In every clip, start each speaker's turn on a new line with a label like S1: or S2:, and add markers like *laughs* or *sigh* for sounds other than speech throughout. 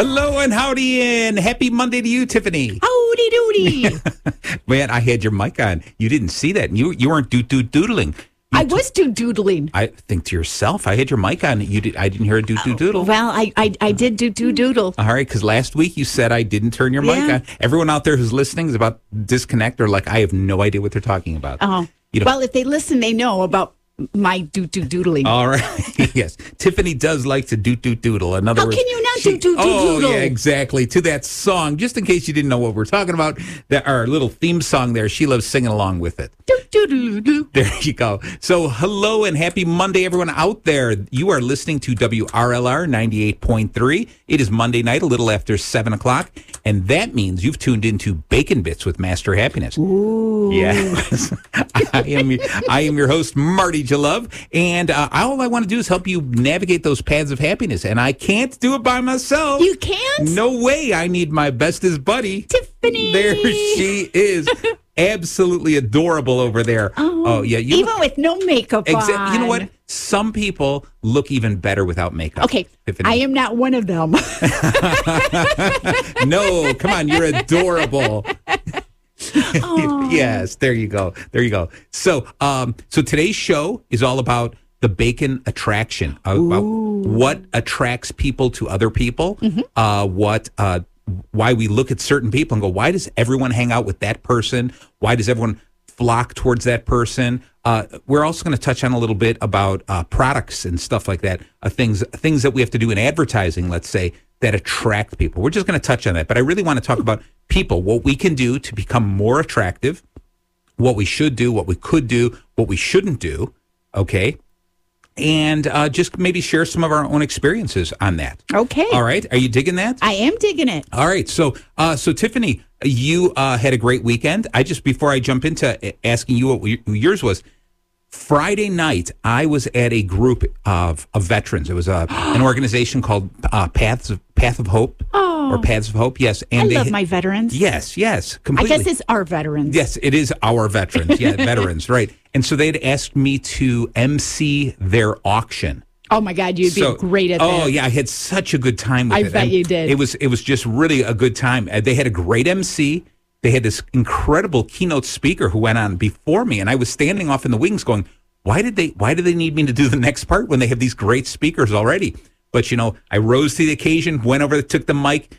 S1: Hello and howdy and happy Monday to you, Tiffany. *laughs*
S2: Howdy doody.
S1: Man, I had your mic on. You didn't see that. and You you weren't doo doo doodling.
S2: I was doo doodling.
S1: I think to yourself, I had your mic on. You did. I didn't hear a doo doo doodle.
S2: Well, I, I, I did do doo doodle.
S1: All right, because last week you said I didn't turn your mic
S2: Oh. Yeah.
S1: on. Everyone out there who's listening is about to disconnect or like I have no idea what they're talking about.
S2: Oh.
S1: You know,
S2: Well, if they listen, they know about my doo doo doodling.
S1: all right. *laughs* yes, Tiffany does like to doo doo doodle. In other
S2: How
S1: words,
S2: can you not
S1: she-
S2: doo doo doo
S1: Oh
S2: doodle?
S1: yeah, exactly. To that song, just in case you didn't know what we're talking about, that our little theme song there. She loves singing along with it.
S2: Doo doo doo doo.
S1: *laughs* There you go. So, hello and happy Monday, everyone out there. You are listening to WRLR 98.3. It is Monday night, a little after 7 o'clock. And that means you've tuned into Bacon Bits with Master Happiness. Ooh. Yes. *laughs* I, am, your- I am your host, Marty Jalove. And uh, all I want to do is help you navigate those paths of happiness. And I can't do it by myself.
S2: You can't?
S1: No way. I need my bestest buddy.
S2: Tiffany.
S1: There she
S2: *laughs*
S1: is. Absolutely adorable over there. Oh, yeah. You
S2: Even with no makeup
S1: Exa-
S2: on.
S1: You know what? Some people look even better without makeup.
S2: Okay,
S1: Tiffany.
S2: I am not one of them. *laughs*
S1: No, come on. You're adorable. *laughs* yes, there you go. There you go. So, um, so today's show is all about the bacon attraction, uh, about what attracts people to other people, uh, what, uh, why we look at certain people and go, why does everyone hang out with that person? Why does everyone flock towards that person? Uh, we're also going to touch on a little bit about uh, products and stuff like that, uh, things things that we have to do in advertising, let's say, that attract people. We're just going to touch on that, but I really want to talk about people, what we can do to become more attractive, what we should do, what we could do, what we shouldn't do. Okay. And uh, just maybe share some of our own experiences on that.
S2: Okay.
S1: All right. Are you digging that?
S2: I am digging it.
S1: All right. So, uh, so Tiffany, you uh, had a great weekend. I just before I jump into a- asking you what y- yours was. Friday night, I was at a group of, of veterans. It was
S2: *gasps*
S1: a, an organization called uh, Paths of Path of Hope or Paths of Hope. Yes, and
S2: Oh. I
S1: they
S2: love
S1: had-
S2: my veterans.
S1: yes, yes,
S2: I
S1: completely.
S2: guess it's our veterans.
S1: Yes, it is our veterans.
S2: *laughs*
S1: Yeah, veterans, right. And so they'd asked me to MC their auction.
S2: Oh my God, you'd be
S1: So-
S2: great at
S1: oh,
S2: that.
S1: yeah, I had such a good time with
S2: I
S1: it.
S2: bet you did.
S1: It was it was just really a good time. Uh, They had a great MC. They had this incredible keynote speaker who went on before me, and I was standing off in the wings going, "Why did they? Why do they need me to do the next part when they have these great speakers already?" But you know, I rose to the occasion, went over, took the mic,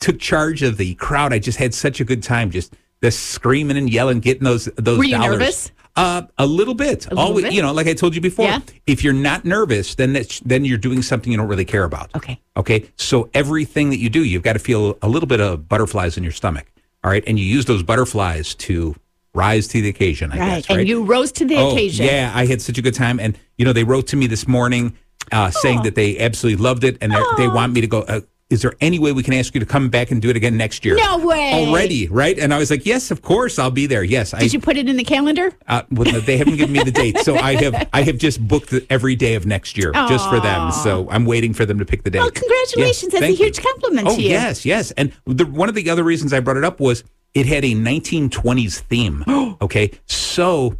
S1: took charge of the crowd. I just had such a good time, just the screaming and yelling, getting those those
S2: Were you
S1: dollars.
S2: nervous?
S1: Uh, a little bit.
S2: little
S1: Always,
S2: bit?
S1: you know, like I told you before,
S2: Yeah.
S1: if you're not nervous, then that's, then you're doing something you don't really care about.
S2: Okay.
S1: Okay. So everything that you do, you've got to feel a little bit of butterflies in your stomach. All right, and you use those butterflies to rise to the occasion. I
S2: Right.
S1: guess. Right.
S2: And you rose to the
S1: Oh,
S2: occasion.
S1: Yeah, I had such a good time, and you know, they wrote to me this morning uh, saying that they absolutely loved it, and they're- they want me to go. Uh, is there any way we can ask you to come back and do it again next year?
S2: No way.
S1: Already, right? And I was like, yes, of course, I'll be there. Yes, I
S2: Did you put it in the calendar?
S1: uh, well, no, they haven't given me the date, so I have I have just booked the- every day of next year just for them. So I'm waiting for them to pick the date.
S2: Well, Oh, congratulations.
S1: Yeah,
S2: That's a
S1: thank you.
S2: huge compliment
S1: Oh
S2: to you.
S1: yes, yes. And the, one of the other reasons I brought it up was it had a 1920s
S2: *gasps*
S1: theme. okay, so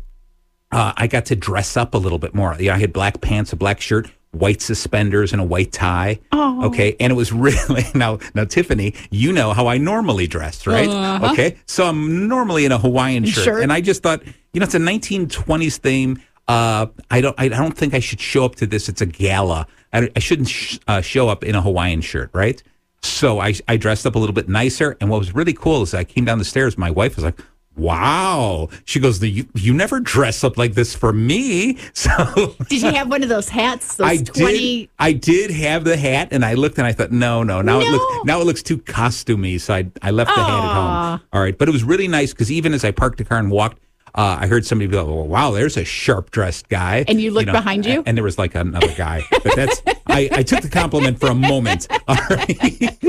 S1: uh, I got to dress up a little bit more. Yeah, I had black pants, a black shirt, white suspenders, and a white tie. Oh. Okay, and it was *laughs* really now now Tiffany, you know how I normally dress, right?
S2: Uh-huh.
S1: Okay, so I'm normally in a Hawaiian shirt,
S2: Sure.
S1: and I just thought, you know, it's a 1920s theme. Uh, I don't I don't think I should show up to this. It's a gala. I, I shouldn't sh- uh, show up in a Hawaiian shirt, right? So I I dressed up a little bit nicer, and what was really cool is I came down the stairs. My wife was like. Wow. She goes, "The- you, you never dress up like this for me. *laughs* So
S2: Did you have one of those hats? Those
S1: *laughs* I
S2: 20
S1: did I did have the hat and I looked and I thought, no, no, now it
S2: No.
S1: looks now it looks too costumey. So I I left the hat at home. All right. But it was really nice because even as I parked the car and walked, uh, I heard somebody go, well, wow, there's a sharp dressed guy.
S2: And you looked behind you?
S1: a- And there was like another guy. But that's I, I took the compliment for a moment. *laughs* All right.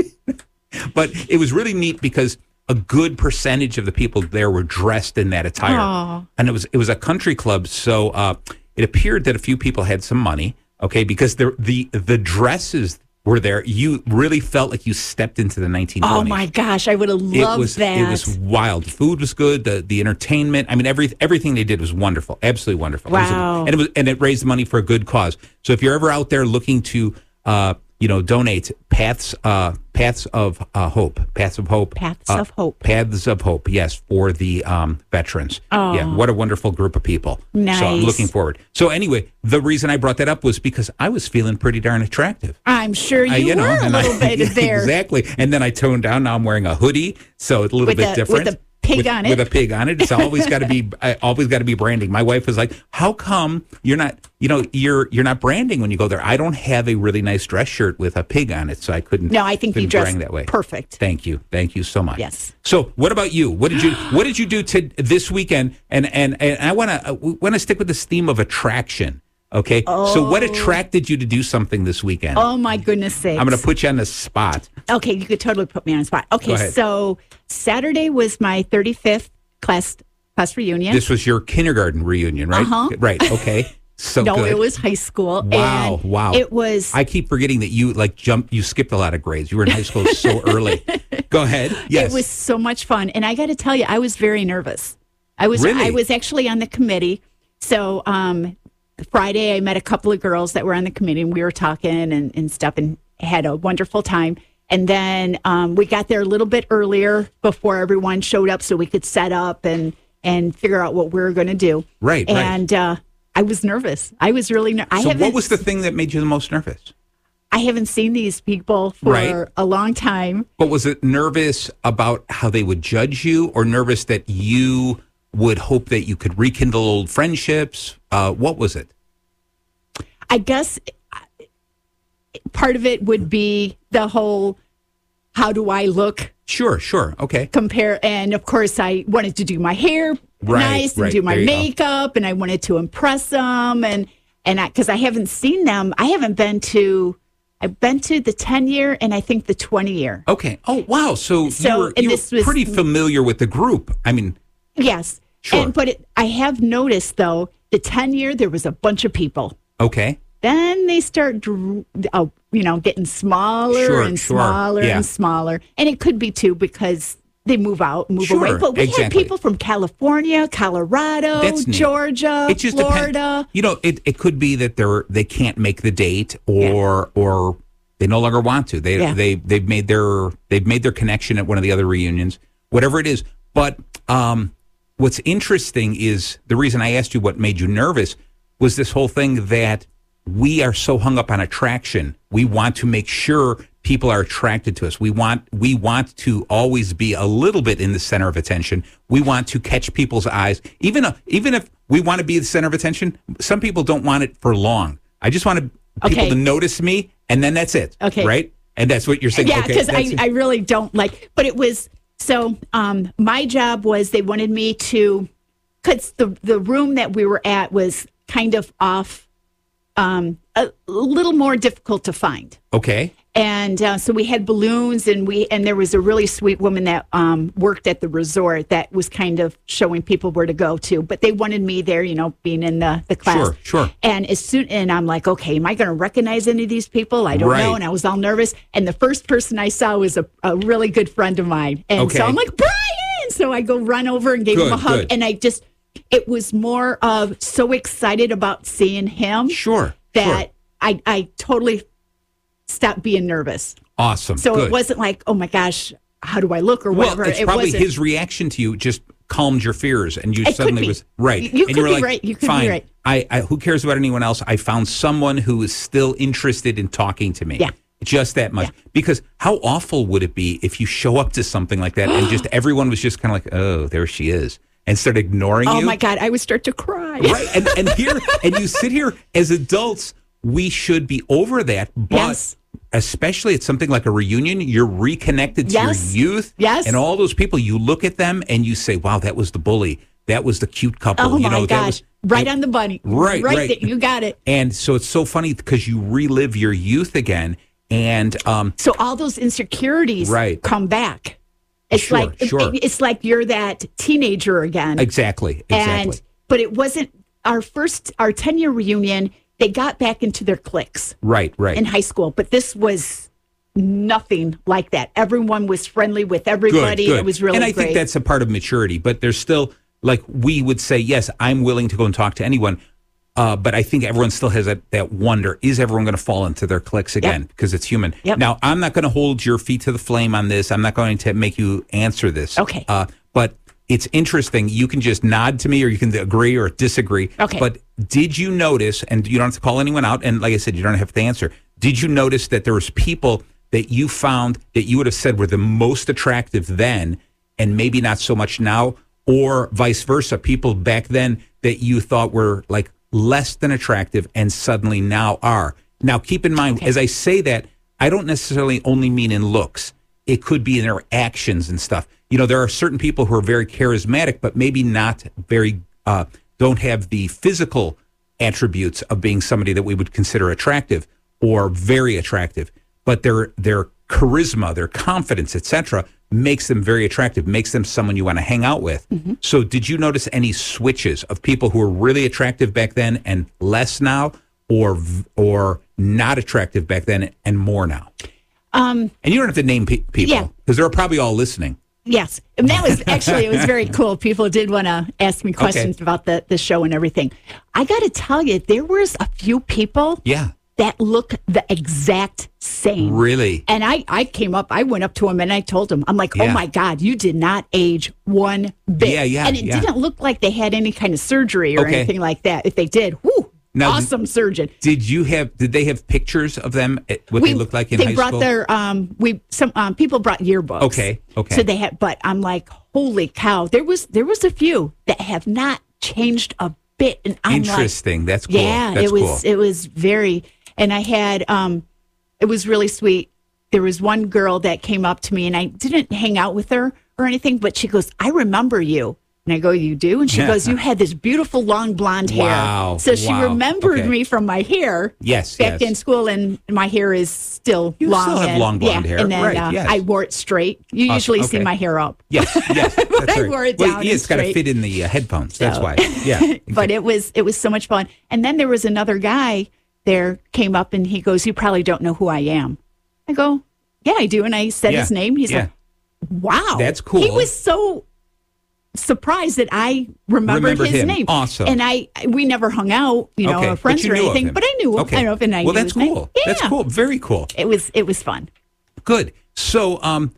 S1: but it was really neat because a good percentage of the people there were dressed in that attire, and it was it was a country club. So uh, it appeared that a few people had some money. Okay, because the the the dresses were there. You really felt like you stepped into the 1920s.
S2: Oh my gosh, I would have
S1: It
S2: loved
S1: was
S2: that.
S1: it was wild. Food was good. The the entertainment. I mean, every everything they did was wonderful. Absolutely wonderful. It was a-
S2: Wow.
S1: and it was and it raised money for a good cause. So if you're ever out there looking to uh you know donate, Paths uh Paths of uh, Hope. Paths of Hope.
S2: Paths
S1: Uh,
S2: of Hope.
S1: Paths of Hope, yes, for the um, veterans. Oh. Yeah, what a wonderful group of people. So I'm
S2: Nice.
S1: looking forward. So, anyway, the reason I brought that up was because I was feeling pretty darn attractive.
S2: I'm sure you,
S1: I-
S2: were a
S1: and I- *laughs*
S2: little bit there.
S1: Exactly. And then I toned down. Now I'm wearing a hoodie, so it's a little
S2: With
S1: bit
S2: a- with
S1: different.
S2: a pig
S1: With-
S2: on it.
S1: With a pig on it. It's always got to
S2: *laughs*
S1: be. I always got to be branding. My wife was like, "How come you're not? You know, you're you're not branding when you go there. I don't have a really nice dress shirt with a pig on it, so I couldn't.
S2: No, I think you
S1: couldn't
S2: dressed
S1: brand that way.
S2: perfect.
S1: Thank you. Thank you so much.
S2: Yes.
S1: So, what about you? What
S2: *gasps*
S1: did you What did you do to this weekend? And and and I want to want to stick with this theme of attraction. Okay. So, what attracted you to do something this weekend?
S2: Oh my goodness sakes.
S1: I'm going to put you on the spot.
S2: Okay, you could totally put me on the spot.
S1: Go
S2: Okay,
S1: ahead.
S2: so Saturday was my 35th class class reunion.
S1: This was your kindergarten reunion, right?
S2: Uh-huh.
S1: Right. Okay. So
S2: *laughs* no,
S1: good.
S2: it was high school.
S1: Wow,
S2: and
S1: wow.
S2: It was
S1: I keep forgetting that you like jump. You skipped a lot of grades. You were in high school
S2: *laughs*
S1: so early. Go ahead. Yes.
S2: It was so much fun, and I got to tell you, I was very nervous. I was
S1: Really?
S2: I was actually on the committee. So um, Friday, I met a couple of girls that were on the committee, and we were talking and, and stuff, and had a wonderful time. And then um, we got there a little bit earlier before everyone showed up, so we could set up and and figure out what we were going to do.
S1: Right, right.
S2: And Uh, I was nervous. I was really nervous. I
S1: so,
S2: haven't
S1: what was the thing that made you the most nervous?
S2: I haven't seen these people for
S1: Right.
S2: a long time.
S1: But was it nervous about how they would judge you, or nervous that you would hope that you could rekindle old friendships? Uh, what was it?
S2: I guess uh, part of it would be the whole how do I look
S1: Sure. Sure. Okay.
S2: compare and of course I wanted to do my hair
S1: Right,
S2: nice and
S1: right,
S2: do my
S1: there you go.
S2: makeup and I wanted to impress them and and I cuz I haven't seen them I haven't been to I've been to the 10 year and I think the 20 year.
S1: Okay. Oh wow. So, you
S2: So,
S1: were,
S2: and
S1: you were
S2: this was-
S1: pretty familiar with the group. I mean,
S2: Yes.
S1: Sure.
S2: And but it, I have noticed though the 10 year there was a bunch of people.
S1: okay.
S2: then they start, dr- uh, you know, getting smaller
S1: Sure,
S2: and
S1: sure.
S2: smaller
S1: Yeah.
S2: and smaller. And it could be too because they move out, move
S1: Sure,
S2: away. But we had
S1: exactly.
S2: people from California, Colorado,
S1: That's neat.
S2: Georgia,
S1: it just depend-
S2: Florida.
S1: You know, it, it could be that they're they can't make the date or or they no longer want to. They
S2: Yeah.
S1: they they've made their they've made their connection at one of the other reunions, whatever it is. But um what's interesting is the reason I asked you what made you nervous was this whole thing that we are so hung up on attraction. We want to make sure people are attracted to us. We want we want to always be a little bit in the center of attention. We want to catch people's eyes. Even if- even if we want to be the center of attention, some people don't want it for long. I just want to, people
S2: Okay.
S1: to notice me, and then that's it.
S2: Okay.
S1: right? And that's what you're saying.
S2: Yeah,
S1: okay,
S2: because
S1: that's it.
S2: I, I really don't like. But it was so. Um, my job was they wanted me to, because the the room that we were at was kind of off, um, a little more difficult to find.
S1: okay,
S2: and uh, so we had balloons and we and there was a really sweet woman that um, worked at the resort that was kind of showing people where to go to but they wanted me there you know being in the the class
S1: Sure, sure.
S2: and as soon and i'm like okay am i going to recognize any of these people i don't
S1: Right.
S2: know and i was all nervous and the first person i saw was a, a really good friend of mine and
S1: Okay.
S2: so i'm like brian so i go run over and gave
S1: Good,
S2: him a hug
S1: good.
S2: and i just it was more of so excited about seeing him
S1: sure,
S2: that
S1: sure.
S2: I, I totally stopped being nervous.
S1: awesome.
S2: So
S1: Good.
S2: it wasn't like, oh my gosh, how do I look or whatever.
S1: Well, it's
S2: it
S1: probably
S2: wasn't.
S1: his reaction to you just calmed your fears, and you
S2: It could
S1: suddenly
S2: be.
S1: was right.
S2: You- you
S1: and
S2: could
S1: were
S2: be
S1: like,
S2: right. You could be
S1: Fine.
S2: right."
S1: I, I who cares about anyone else? I found someone who is still interested in talking to me.
S2: Yeah.
S1: Just that much. Because how awful would it be if you show up to something like that and
S2: *gasps*
S1: just everyone was just kind of like, oh, there she is, and start ignoring
S2: oh
S1: you?
S2: my God, I would start to cry.
S1: right and and here and you sit here as adults we should be over that but
S2: Yes.
S1: especially at something like a reunion you're reconnected to
S2: Yes.
S1: your youth
S2: Yes.
S1: and all those people you look at them and you say wow that was the bully that was the cute couple
S2: Oh
S1: you
S2: my
S1: know that
S2: gosh.
S1: was
S2: right on the bunny.
S1: Right,
S2: Right.
S1: right.
S2: there. you got it.
S1: and so it's so funny because you relive your youth again and um
S2: So all those insecurities
S1: Right.
S2: come back. It's
S1: Sure,
S2: like
S1: sure.
S2: it's like you're that teenager again.
S1: exactly exactly
S2: And but it wasn't our first our ten year reunion, they got back into their cliques.
S1: right right
S2: in high school, but this was nothing like that. Everyone was friendly with everybody. It was really
S1: and I
S2: great.
S1: think that's a part of maturity. But there's still like we would say, yes, I'm willing to go and talk to anyone. Uh, but I think everyone still has that, that wonder: Is everyone going to fall into their clicks again? Because it's human.
S2: Yep.
S1: Now, I'm not going to hold your feet to the flame on this. I'm not going to make you answer this.
S2: Okay.
S1: Uh, but it's interesting. You can just nod to me, or you can agree or disagree.
S2: Okay.
S1: But did you notice? And you don't have to call anyone out. And like I said, you don't have to answer. Did you notice that there was people that you found that you would have said were the most attractive then, and maybe not so much now, or vice versa? People back then that you thought were like less than attractive and suddenly now are. Now, keep in mind, as I say that, I don't necessarily only mean in looks. It could be in their actions and stuff. You know, there are certain people who are very charismatic, but maybe not very, uh, don't have the physical attributes of being somebody that we would consider attractive or very attractive. But their their charisma, their confidence, etc., makes them very attractive, makes them someone you want to hang out with. So, did you notice any switches of people who were really attractive back then and less now, or v- or not attractive back then and more now? And you don't have to name pe-
S2: Um, Yeah.
S1: people because they're probably all listening.
S2: Yes, and that was actually it
S1: *laughs*
S2: was very cool. People did want to ask me questions about the the show and everything. I got to tell you, there was a few people
S1: Yeah.
S2: that look the exact same.
S1: Really?
S2: And I, I came up, I went up to him and I told him, I'm like, oh
S1: Yeah.
S2: my God, you did not age one bit.
S1: Yeah, yeah,
S2: And it
S1: yeah.
S2: didn't look like they had any kind of surgery or
S1: Okay.
S2: anything like that. If they did, whoo,
S1: Now,
S2: awesome surgeon.
S1: Did you have? Did they have pictures of them? At what they looked like in
S2: they
S1: high
S2: brought
S1: school?
S2: their um we some um people brought yearbooks.
S1: Okay, okay.
S2: So they had but I'm like, holy cow, there was there was a few that have not changed a bit and I'm like
S1: Interesting. That's cool.
S2: yeah,
S1: That's
S2: it was
S1: cool.
S2: it was very and I had um it was really sweet. There was one girl that came up to me and I didn't hang out with her or anything, but she goes, I remember you. And I go, You do? And she goes, You had this beautiful long blonde hair.
S1: Wow,
S2: So she
S1: wow,
S2: remembered
S1: okay.
S2: me from my hair.
S1: Yes,
S2: Back
S1: yes.
S2: in school and my hair is still
S1: You
S2: long.
S1: still have
S2: and-
S1: long blonde
S2: yeah,
S1: hair,
S2: And then
S1: right,
S2: uh,
S1: yes.
S2: I wore it straight. You usually see
S1: okay.
S2: my hair up.
S1: Yes,
S2: *laughs*
S1: yes. That's
S2: I
S1: right.
S2: wore it
S1: Well,
S2: down
S1: yeah,
S2: and
S1: it's got to
S2: straight.
S1: fit in the uh, headphones. That's
S2: So- *laughs*
S1: why. Yeah.
S2: but it was it was so much fun. And then there was another guy there came up and he goes, "You probably don't know who I am." I go, "Yeah, I do." And I said
S1: Yeah,
S2: his name. He's
S1: yeah.
S2: like, "Wow,
S1: That's
S2: He
S1: cool.
S2: was so surprised that I remembered,
S1: Remembered
S2: his
S1: him.
S2: name.
S1: Awesome.
S2: And I we never hung out, you know,
S1: okay.
S2: or
S1: but
S2: friends
S1: you
S2: or
S1: knew of
S2: anything.
S1: him.
S2: But I knew.
S1: Okay.
S2: I don't know if I
S1: Well,
S2: knew
S1: that's
S2: his name.
S1: cool.
S2: Yeah,
S1: That's cool. Very cool.
S2: It was it was fun.
S1: Good. So, um,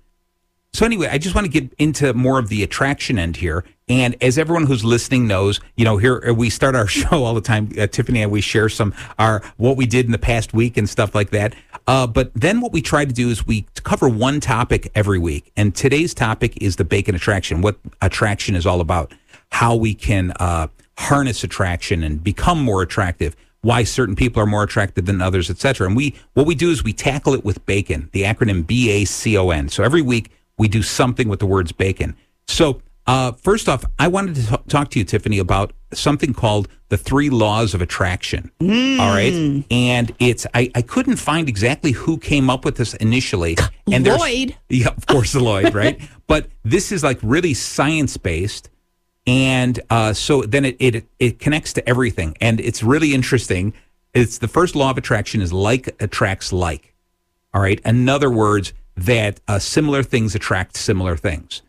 S1: so anyway, I just want to get into more of the attraction end here. And as everyone who's listening knows, you know, here uh, we start our *laughs* show all the time. Uh, Tiffany and we share some our what we did in the past week and stuff like that. Uh, but then what we try to do is we cover one topic every week. And today's topic is the bacon attraction, what attraction is all about, how we can uh, harness attraction and become more attractive why certain people are more attracted than others, et cetera. And we what we do is we tackle it with bacon, the acronym B A C O N. So every week we do something with the words bacon. So uh, first off, I wanted to t- talk to you, Tiffany, about something called the three laws of attraction. All right, and it's I, I couldn't find exactly who came up with this initially. And there's-
S2: Lloyd.
S1: *laughs* yeah, of course, Lloyd, right? But this is like really science based, and uh, so then it, it it connects to everything, and it's really interesting. It's the first law of attraction is like attracts like. All right. In other words, that uh, similar things attract similar things.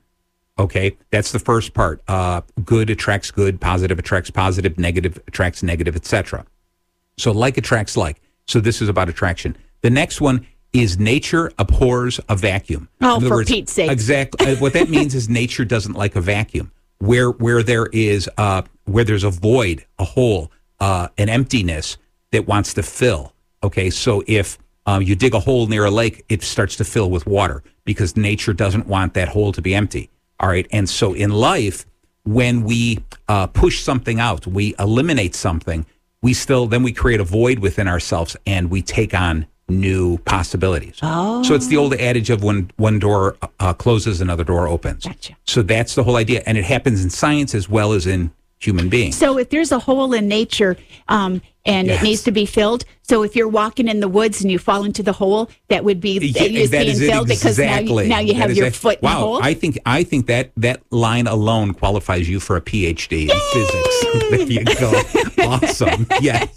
S1: Okay, that's the first part. Uh, good attracts good, positive attracts positive, negative attracts negative, etc. So like attracts like. So this is about attraction. The next one is nature abhors a vacuum.
S2: Oh,
S1: In other
S2: for Pete's sake.
S1: Exactly. uh, what that means is nature doesn't like a vacuum. Where where there is uh, where there's a void, a hole, uh, an emptiness that wants to fill. Okay, so if um, you dig a hole near a lake, it starts to fill with water because nature doesn't want that hole to be empty. All right, and so in life, when we uh, push something out, we eliminate something, we still then we create a void within ourselves and we take on new possibilities. Oh. So it's the old adage of when one door uh, closes, another door opens.
S2: Gotcha.
S1: So that's the whole idea, and it happens in science as well as in human beings.
S2: So if there's a hole in nature um, and
S1: Yes.
S2: it needs to be filled, so if you're walking in the woods and you fall into the hole, that would be
S1: Yeah,
S2: that you're
S1: that
S2: being
S1: is it
S2: filled because now
S1: exactly.
S2: you, now you
S1: That
S2: have
S1: is
S2: your
S1: ex-
S2: foot in the
S1: Wow,
S2: *laughs* hole.
S1: I think I think that that line alone qualifies you for a PhD in physics. *laughs* There you
S2: *laughs*
S1: go. awesome. Yes.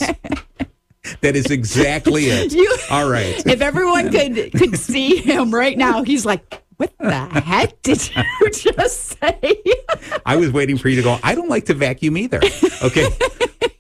S1: That is exactly it.
S2: You-
S1: All right.
S2: if everyone could could see him right now, he's like, "What the heck did you *laughs* just say?"
S1: I was waiting for you to go. I don't like to vacuum either. Okay.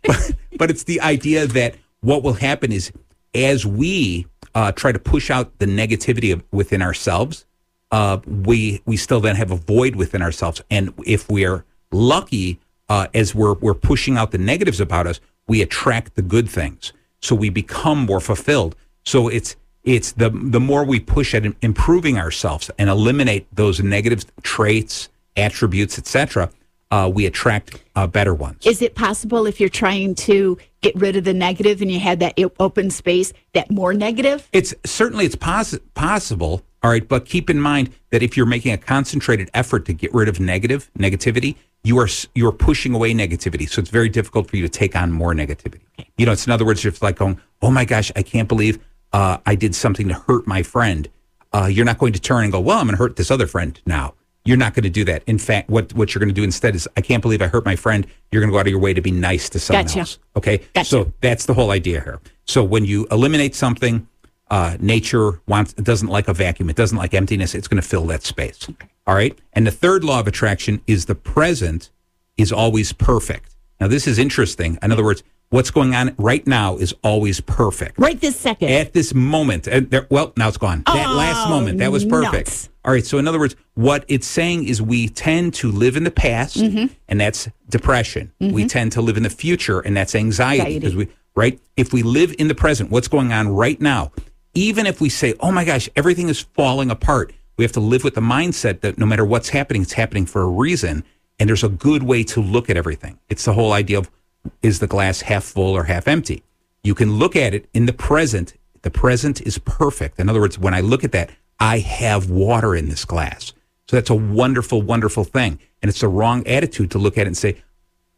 S1: but, *laughs* but it's the idea that what will happen is as we uh, try to push out the negativity of, within ourselves, uh, we we still then have a void within ourselves. And if we are lucky, uh, as we're we're pushing out the negatives about us, we attract the good things. So we become more fulfilled. So it's it's the the more we push at im- improving ourselves and eliminate those negative traits, attributes, etc., uh, we attract uh, better ones.
S2: Is it possible if you're trying to get rid of the negative and you had that o- open space, that more negative?
S1: It's certainly it's poss- possible. All right, but keep in mind that if you're making a concentrated effort to get rid of negative negativity, you are s- you are pushing away negativity. So it's very difficult for you to take on more negativity. You know, it's in other words, it's like going, "Oh my gosh, I can't believe uh, I did something to hurt my friend." Uh, you're not going to turn and go, "Well, I'm going to hurt this other friend now." You're not going to do that. In fact, what what you're going to do instead is, "I can't believe I hurt my friend." You're going to go out of your way to be nice to someone
S2: Gotcha.
S1: else. Okay,
S2: Gotcha.
S1: so that's the whole idea here. So when you eliminate something, uh, nature wants it doesn't like a vacuum. It doesn't like emptiness. It's going to fill that space. All right. And the third law of attraction is the present is always perfect. Now this is interesting. In other words, what's going on right now is always perfect
S2: Right this second.
S1: at this moment. And there, well, now it's gone. That last
S2: Oh,
S1: moment, that was perfect.
S2: nuts.
S1: All right. So in other words, what it's saying is we tend to live in the past,
S2: Mm-hmm.
S1: and that's depression. We tend to live in the future, and that's anxiety.
S2: Anxiety.
S1: Because we right, if we live in the present, what's going on right now, even if we say, "Oh my gosh, everything is falling apart," we have to live with the mindset that no matter what's happening, it's happening for a reason, and there's a good way to look at everything. It's the whole idea of is the glass half full or half empty. You can look at it in the present. The present is perfect. In other words, when I look at that, I have water in this glass. So that's a wonderful, wonderful thing. And it's the wrong attitude to look at it and say,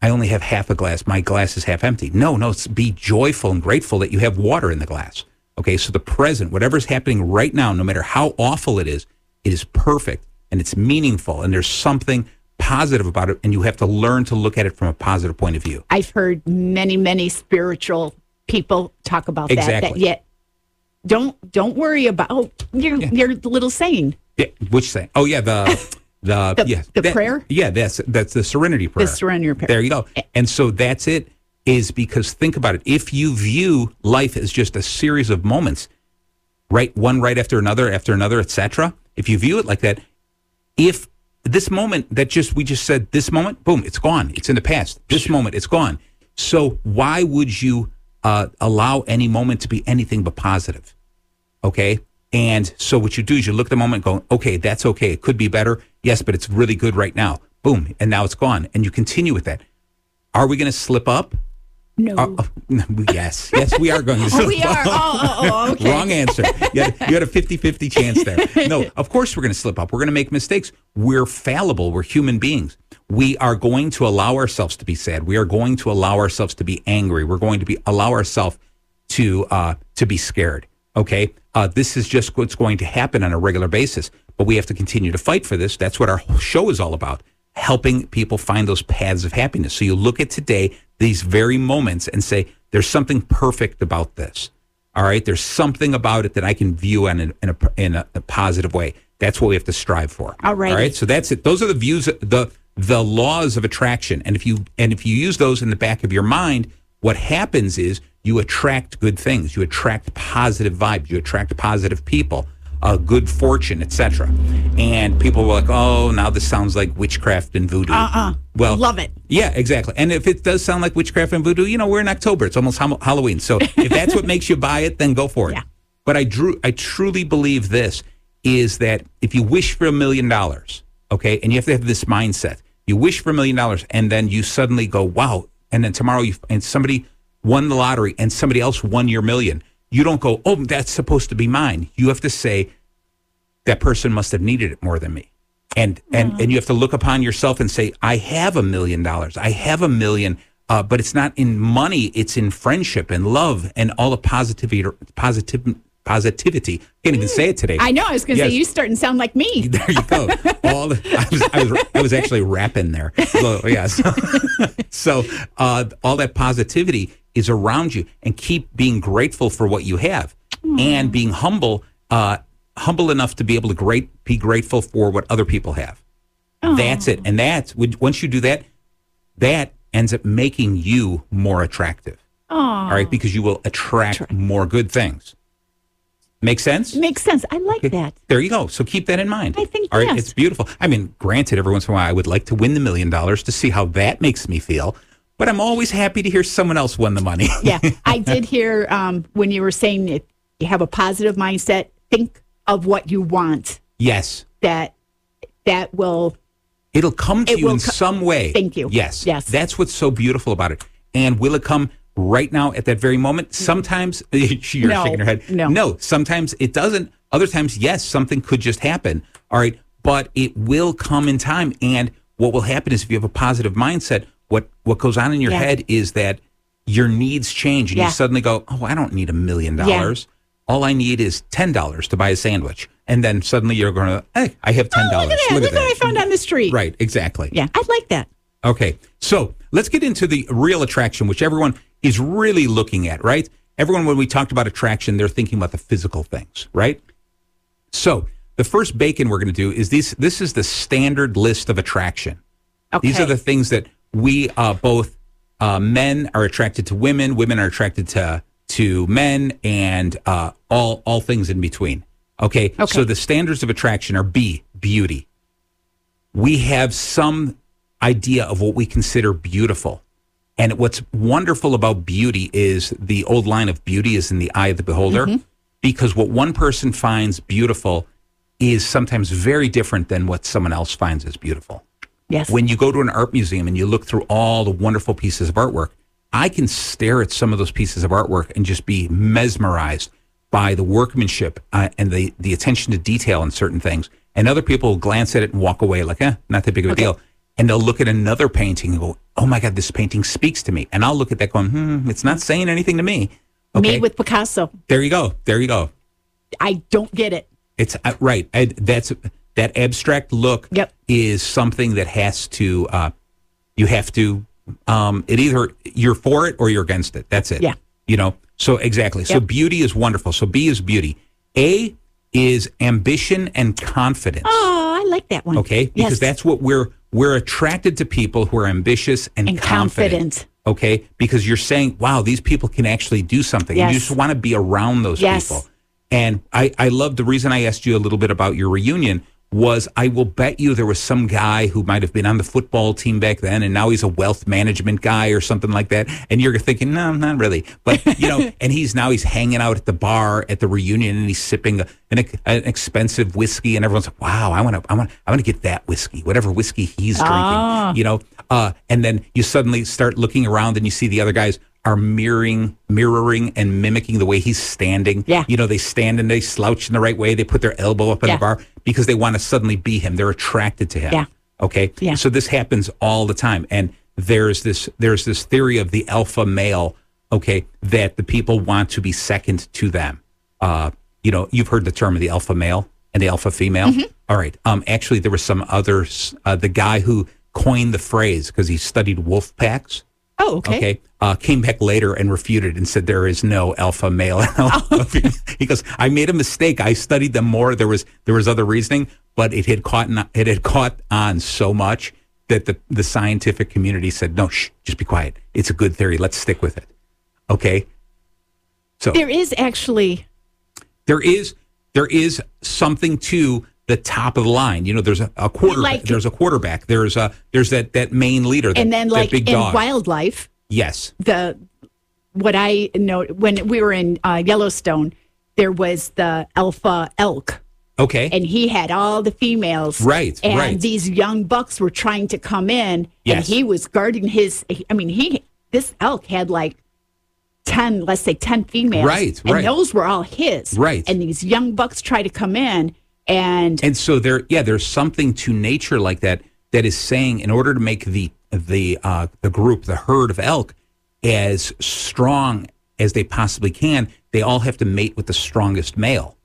S1: I only have half a glass. My glass is half empty. No, no, it's be joyful and grateful that you have water in the glass. Okay, so the present, whatever's happening right now, no matter how awful it is, it is perfect and it's meaningful and there's something positive about it. And you have to learn to look at it from a positive point of view.
S2: I've heard many, many spiritual people talk about that. That
S1: Exactly.
S2: yet, don't don't worry about oh, your your little saying.
S1: Yeah, which thing? Oh yeah, the the,
S2: The-
S1: yes,
S2: the prayer?
S1: Yeah, that's that's the Serenity prayer.
S2: Serenity prayer.
S1: There you go. And so that's it. Is because think about it. If you view life as just a series of moments, right, one right after another, after another, etc. If you view it like that, if this moment that just we just said this moment boom it's gone it's in the past this moment it's gone so why would you uh, allow any moment to be anything but positive okay and so what you do is you look at the moment going okay that's okay it could be better yes but it's really good right now boom and now it's gone and you continue with that are we going to slip up
S2: No,
S1: Oh, *laughs* yes yes we are going to slip
S2: we are. Oh, oh, oh okay.
S1: Wrong answer. You had, you had a 50 50 chance there. No, of course we're going to slip up. We're going to make mistakes. We're fallible. We're human beings. We are going to allow ourselves to be sad. We are going to allow ourselves to be angry. We're going to be allow ourselves to uh, to be scared. Okay, uh, this is just what's going to happen on a regular basis. But we have to continue to fight for this. That's what our whole show is all about helping people find those paths of happiness. So you look at today, these very moments, and say, there's something perfect about this. All right, there's something about it that I can view in a, in a, in a, a positive way. That's what we have to strive for.
S2: All righty.
S1: All right, so that's it. Those are the views, the the laws of attraction, and if you and if you use those in the back of your mind, what happens is you attract good things. You attract positive vibes. You attract positive people, uh, good fortune, etc. And people were like, "Oh, now this sounds like witchcraft and voodoo." Uh-uh. Well,
S2: Love it.
S1: yeah, exactly. And if it does sound like witchcraft and voodoo, you know, we're in October. It's almost Hamo- Halloween.
S2: *laughs*
S1: So if that's what makes you buy it, then go for it.
S2: Yeah.
S1: But I drew I truly believe this is that if you wish for a million dollars, okay, and you have to have this mindset. You wish for a million dollars and then you suddenly go, "Wow." And then tomorrow you and somebody won the lottery and somebody else won your million. You don't go, "Oh, that's supposed to be mine." You have to say, that person must have needed it more than me. And and and you have to look upon yourself and say, I have a million dollars. I have a million. Uh, but it's not in money. It's in friendship and love and all the positivity, positive, positivity. Can't even say it today.
S2: I know. I was going to
S1: Yes.
S2: say you starting to sound like me.
S1: *laughs* There you go. All the, I was, I was, I was actually rapping there. So, yeah. So, *laughs* so, uh, all that positivity is around you, and keep being grateful for what you have, and being humble, uh, humble enough to be able to great be grateful for what other people have. That's it, and that's when- once you do that, that ends up making you more attractive. All right, because you will attract more good things. Make sense?
S2: Makes sense. I like that.
S1: There you go. So keep that in mind.
S2: I think
S1: All right,
S2: yes.
S1: it's beautiful. I mean, granted, every once in a while, I would like to win the million dollars to see how that makes me feel. But I'm always happy to hear someone else won the money. *laughs*
S2: Yeah. I did hear um, when you were saying if you have a positive mindset, think of what you want
S1: yes,
S2: that that will
S1: it'll come to
S2: It
S1: you
S2: will
S1: in
S2: co-
S1: some way.
S2: Thank you.
S1: Yes,
S2: Yes.
S1: That's what's so beautiful about it. And will it come right now at that very moment? Sometimes *laughs* you're
S2: Mm. No,
S1: shaking your head.
S2: no.
S1: no. Sometimes it doesn't. Other times, yes, something could just happen. All right, but it will come in time. And what will happen is if you have a positive mindset, what what goes on in your
S2: Yeah.
S1: head is that your needs change, and
S2: Yeah.
S1: you suddenly go, "Oh, I don't need a million dollars. All I need is ten dollars to buy a sandwich." And then suddenly you're going to, "Hey, I have ten
S2: Oh, look
S1: dollars.
S2: at that. Look, what I found on the street.
S1: Right, exactly.
S2: Yeah. I like that.
S1: Okay, so let's get into the real attraction, which everyone is really looking at, right? Everyone, when we talked about attraction, they're thinking about the physical things, right? So the first bacon we're going to do is these. This is the standard list of attraction. These are
S2: Okay.
S1: the things that we uh, both uh, men are attracted to women, women are attracted to to men, and uh, all all things in between. Okay?
S2: Okay.
S1: So the standards of attraction are B beauty. We have some idea of what we consider beautiful. And what's wonderful about beauty is the old line of beauty is in the eye of the beholder, because what one person finds beautiful is sometimes very different than what someone else finds as beautiful
S2: Yes.
S1: when you go to an art museum and you look through all the wonderful pieces of artwork, I can stare at some of those pieces of artwork and just be mesmerized by the workmanship uh, and the, the attention to detail in certain things. And other people will glance at it and walk away like, eh, not that big of a deal. And they'll look at another painting and go, oh my God, this painting speaks to me. And I'll look at that going, hmm, it's not saying anything to me. Okay.
S2: Made with Picasso.
S1: there you go. There you go.
S2: I don't get it.
S1: It's uh, right. I, that's that abstract look
S2: Yep.
S1: is something that has to uh, you have to um, it either you're for it or you're against it. That's it.
S2: Yeah.
S1: You know. So exactly. So
S2: Yep.
S1: beauty is wonderful. So B is beauty. A is ambition and confidence.
S2: Oh, I like that one.
S1: Okay, because
S2: yes.
S1: that's what we're we're attracted to people who are ambitious and,
S2: And confident.
S1: Okay, because you're saying, "Wow, these people can actually do something." And you
S2: Yes.
S1: just want to be around those
S2: Yes.
S1: people. And I I love the reason I asked you a little bit about your reunion was I will bet you there was some guy who might have been on the football team back then and now he's a wealth management guy or something like that and you're thinking no not really but you know and he's now he's hanging out at the bar at the reunion and he's sipping an, an expensive whiskey and everyone's like wow I want to I want I want to get that whiskey whatever whiskey he's drinking you know uh, and then you suddenly start looking around and you see the other guys are mirroring mirroring and mimicking the way he's standing
S2: Yeah.
S1: you know they stand and they slouch in the right way they put their elbow up in
S2: Yeah.
S1: the bar because they want to suddenly be him they're attracted to him
S2: Yeah.
S1: okay
S2: Yeah.
S1: so this happens all the time and there's this there's this theory of the alpha male okay that the people want to be second to them uh you know you've heard the term of the alpha male and the alpha female
S2: Mm-hmm.
S1: All right um actually there was some others uh, the guy who coined the phrase because he studied wolf packs
S2: Oh, okay.
S1: Okay. Uh, came back later and refuted and said there is no alpha male. and
S2: Oh.
S1: alpha female. *laughs* he goes, I made a mistake. I studied them more. There was there was other reasoning, but it had caught on, it had caught on so much that the the scientific community said, no, shh, just be quiet. It's a good theory. Let's stick with it. Okay. So
S2: There is actually
S1: there is there is something to the top of the line. You know, there's a, a quarterback.
S2: Like-
S1: there's a quarterback. There's a there's that that main leader. That,
S2: and then
S1: that
S2: like in
S1: big dog.
S2: wildlife,
S1: yes.
S2: the what I know when we were in uh, Yellowstone, there was the alpha elk.
S1: Okay.
S2: and he had all the females.
S1: Right,
S2: And
S1: right.
S2: these young bucks were trying to come in, and
S1: Yes.
S2: he was guarding his. I mean, he this elk had like ten, let's say ten females.
S1: Right,
S2: and
S1: right.
S2: those were all his.
S1: Right.
S2: and these young bucks try to come in, and
S1: And so there, yeah, there's something to nature like that that is saying, in order to make the the uh, the group, the herd of elk, as strong as they possibly can, they all have to mate with the strongest male.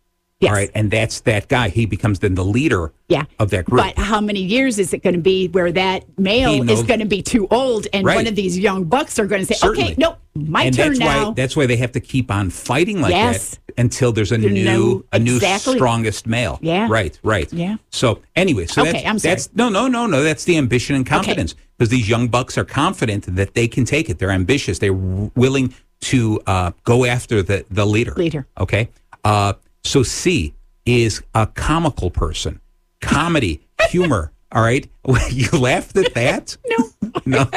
S2: Yes.
S1: All right, and that's that guy. He becomes then the leader.
S2: yeah,
S1: Of that group.
S2: But how many years is it going to be where that male
S1: He
S2: is
S1: knows-
S2: going to be too old, and
S1: Right.
S2: one of these young bucks are going to say, "Okay,
S1: Certainly.
S2: nope, my
S1: and
S2: turn
S1: that's
S2: now."
S1: Why, that's why they have to keep on fighting like
S2: Yes.
S1: that until there's a new,
S2: no-
S1: a new
S2: exactly.
S1: strongest male.
S2: Yeah.
S1: Right. Right.
S2: Yeah.
S1: So anyway, so
S2: Okay,
S1: that's,
S2: I'm sorry.
S1: that's no, no, no, no. That's the ambition and confidence because these young bucks are confident that they can take it. They're ambitious. They're w- willing to uh, go after the, the leader.
S2: Leader.
S1: Okay. Uh, so C is a comical person, comedy, humor. All right. *laughs* you laughed at that? no. *laughs* no.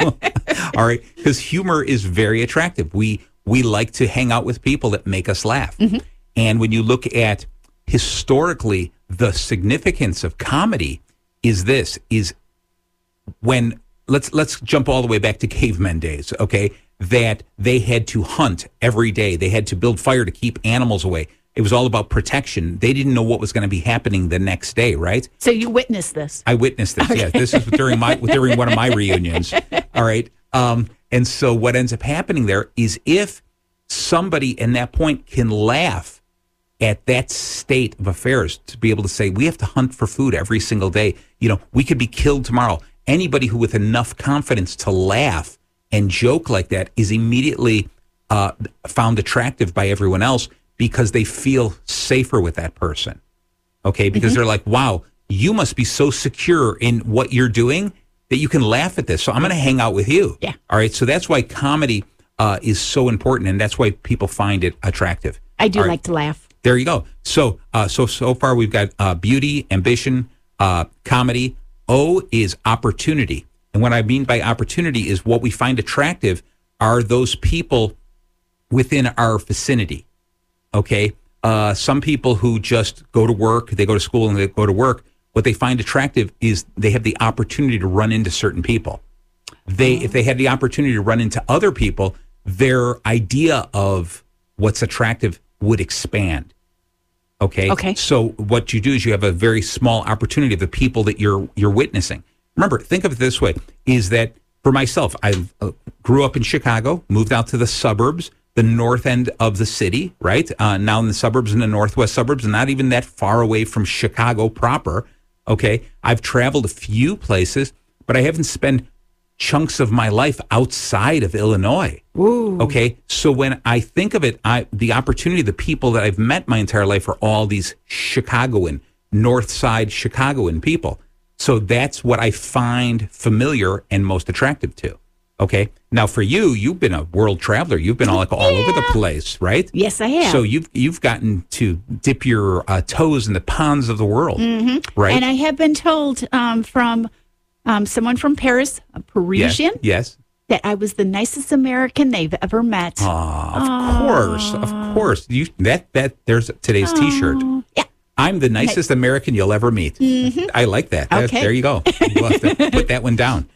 S1: All right. Because humor is very attractive. We we like to hang out with people that make us laugh. And when you look at historically the significance of comedy is this is when let's let's jump all the way back to cavemen days okay that they had to hunt every day they had to build fire to keep animals away it was all about protection they didn't know what was going to be happening the next day right
S2: So you witnessed this.
S1: I witnessed this. Yeah, this is during my during one of my reunions. All right. Um, and so what ends up happening there is if somebody in that point can laugh at that state of affairs to be able to say we have to hunt for food every single day. You know, we could be killed tomorrow. Anybody who with enough confidence to laugh and joke like that is immediately uh, found attractive by everyone else because they feel safer with that person okay because they're like wow you must be so secure in what you're doing that you can laugh at this so i'm going to hang out with you
S2: Yeah.
S1: all right so that's why comedy uh, is so important and that's why people find it attractive
S2: I do
S1: All right,
S2: like to laugh.
S1: there you go so uh, so so far we've got uh, beauty ambition uh, comedy o is opportunity and what i mean by opportunity is what we find attractive are those people within our vicinity okay uh, some people who just go to work they go to school and they go to work what they find attractive is they have the opportunity to run into certain people they if they had the opportunity to run into other people their idea of what's attractive would expand okay
S2: Okay.
S1: so what you do is you have a very small opportunity of the people that you're you're witnessing remember think of it this way is that for myself i uh, grew up in chicago moved out to the suburbs the north end of the city right uh, now in the suburbs in the northwest suburbs not even that far away from chicago proper okay i've traveled a few places but i haven't spent chunks of my life outside of illinois Okay. So when I think of it, I the opportunity, the people that I've met my entire life are all these Chicagoan, North Side Chicagoan people. So that's what I find familiar and most attractive to. Okay. Now for you, you've been a world traveler. You've been all like all over the place, right?
S2: Yes, I have.
S1: So you've you've gotten to dip your uh, toes in the ponds of the world, right?
S2: Mm-hmm. And I have been told um, from um, someone from Paris, a
S1: yes.
S2: Parisian,
S1: Yes.
S2: that I was the nicest American they've ever met.
S1: Of course, of course. You that that there's today's T-shirt.
S2: Yeah. Mm-hmm.
S1: I'm the nicest American you'll ever meet. I like that. There-
S2: Okay.
S1: There you
S2: *laughs*
S1: go. You'll have to put that one down.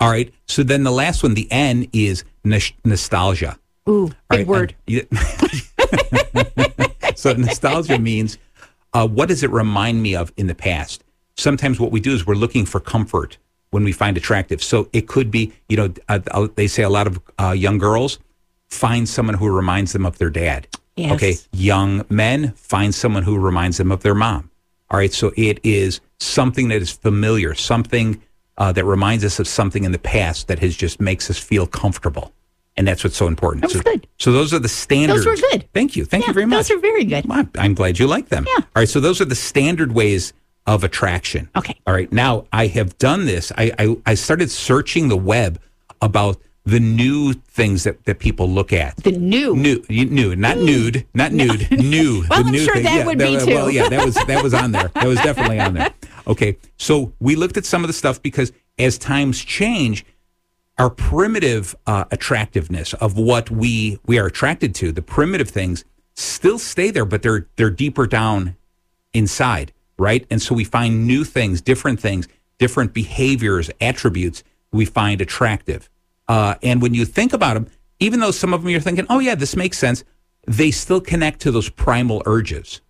S1: All right. So then the last one, the N is nos- nostalgia.
S2: Ooh, big
S1: All right,
S2: word.
S1: and- yeah. *laughs* so nostalgia means uh, what does it remind me of in the past? Sometimes what we do is we're looking for comfort when we find attractive. So it could be, you know, uh, uh, they say a lot of uh, young girls find someone who reminds them of their dad.
S2: Yes.
S1: Okay. Young men find someone who reminds them of their mom. All right. So it is something that is familiar, something uh, that reminds us of something in the past that has just makes us feel comfortable. And that's what's so important.
S2: That was
S1: so,
S2: good.
S1: so those are the standards.
S2: were good.
S1: Thank you. Thank
S2: Yeah,
S1: you very much.
S2: Those are very good.
S1: Well, I'm- I'm glad you like them.
S2: Yeah.
S1: All right. So those are the standard ways of attraction.
S2: Okay.
S1: All right. Now I have done this. I I, I started searching the web about the new things that, that people look at.
S2: The new.
S1: New, you- new, not nude, not nude, new.
S2: *laughs* Well,
S1: the
S2: I'm
S1: new
S2: sure
S1: thing.
S2: that
S1: yeah,
S2: would
S1: that,
S2: be
S1: Well,
S2: too.
S1: yeah, that was that was on there. That was definitely on
S2: *laughs*
S1: there. Okay, so we looked at some of the stuff because as times change, our primitive uh, attractiveness of what we we are attracted to, the primitive things, still stay there, but they're they're deeper down inside, right? And so we find new things, different things, different behaviors, attributes we find attractive. Uh, and when you think about them, even though some of them you're thinking, oh, yeah, this makes sense, they still connect to those primal urges.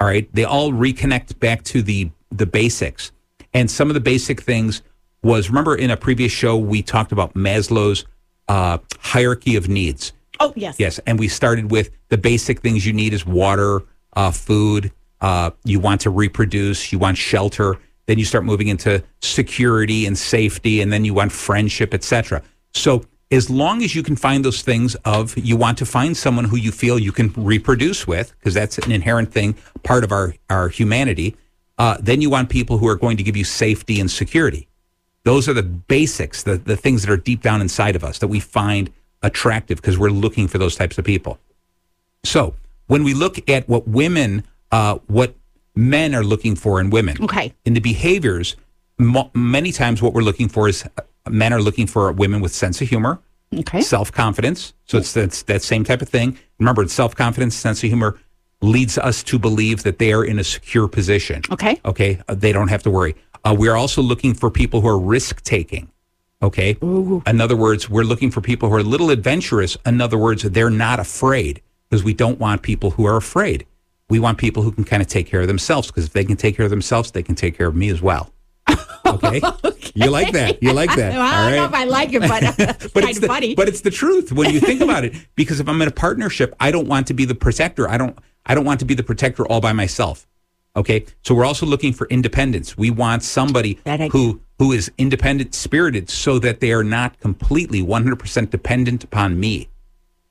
S1: All right. They all reconnect back to the, the basics. And some of the basic things was remember in a previous show, we talked about Maslow's uh, hierarchy of needs.
S2: Oh, yes.
S1: Yes, and we started with the basic things you need is water, uh, food. Uh, you want to reproduce. You want shelter. Then you start moving into security and safety, and then you want friendship, etc. So as long as you can find those things of you want to find someone who you feel you can reproduce with, because that's an inherent thing, part of our our humanity. Uh, then you want people who are going to give you safety and security. Those are the basics, the, the things that are deep down inside of us that we find attractive because we're looking for those types of people. So when we look at what women, uh, what men are looking for in women,
S2: Okay.
S1: in the behaviors, mo- many times what we're looking for is uh, men are looking for women with sense of humor,
S2: Okay.
S1: self confidence. So it's that's that same type of thing. Remember, self confidence, sense of humor leads us to believe that they are in a secure position.
S2: Okay.
S1: Okay. Uh, they don't have to worry. Uh, we are also looking for people who are risk taking. Okay. In other words, we're looking for people who are a little adventurous. In other words, they're not afraid because we don't want people who are afraid. We want people who can kind of take care of themselves because if they can take care of themselves, they can take care of me as
S2: *laughs*
S1: well. Okay. You like that. You like that.
S2: Well, I don't know
S1: All
S2: if
S1: right
S2: I like it, but, it's
S1: *laughs* but
S2: *laughs* kind
S1: it's
S2: of
S1: the,
S2: funny.
S1: But it's the truth when you think
S2: *laughs*
S1: about it. Because if I'm in a partnership, I don't want to be the protector. I don't. I don't want to be the protector all by myself. Okay. So we're also looking for independence. We want somebody
S2: That I-
S1: who who is independent spirited, so that they are not completely 100% dependent upon me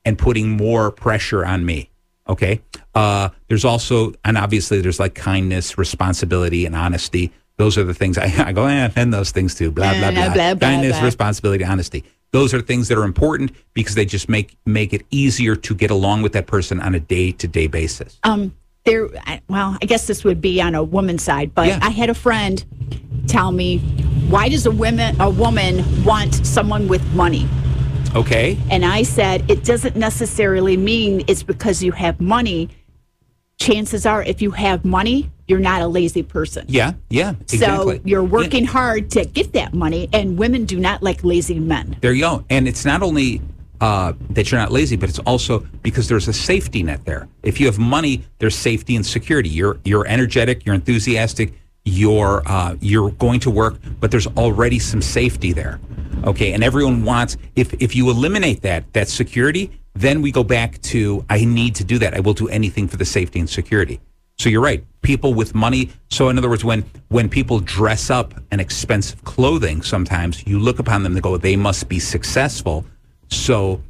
S1: and putting more pressure on me. Okay. Uh, there's also, and obviously, there's like kindness, responsibility, and honesty. Those are the things I, *laughs* I go, eh, and those things too. Blah,
S2: No,
S1: blah,
S2: no,
S1: blah.
S2: Eh, blah, blah,
S1: kindness,
S2: blah.
S1: responsibility, honesty. Those are things that are important because they just make make it easier to get along with that person on a day to day basis.
S2: um there I- well i guess this would be on a woman's side but
S1: Yeah.
S2: i had a friend tell me why does a woman a woman want someone with money
S1: Okay.
S2: and i said it doesn't necessarily mean it's because you have money chances are if you have money you're not a lazy person
S1: Yeah. Yeah. Exactly.
S2: so you're
S1: Yeah.
S2: working hard to get that money and women do not like lazy men
S1: There you go. And it's not only uh, that you're not lazy, but it's also because there's a safety net there. If you have money, there's safety and security. You're you're energetic, you're enthusiastic, you're uh, you're going to work, but there's already some safety there. Okay, and everyone wants if if you eliminate that that security, then we go back to I need to do that. I will do anything for the safety and security. So you're right. People with money. So in other words, when when people dress up in expensive clothing, sometimes you look upon them and go, they must be successful. So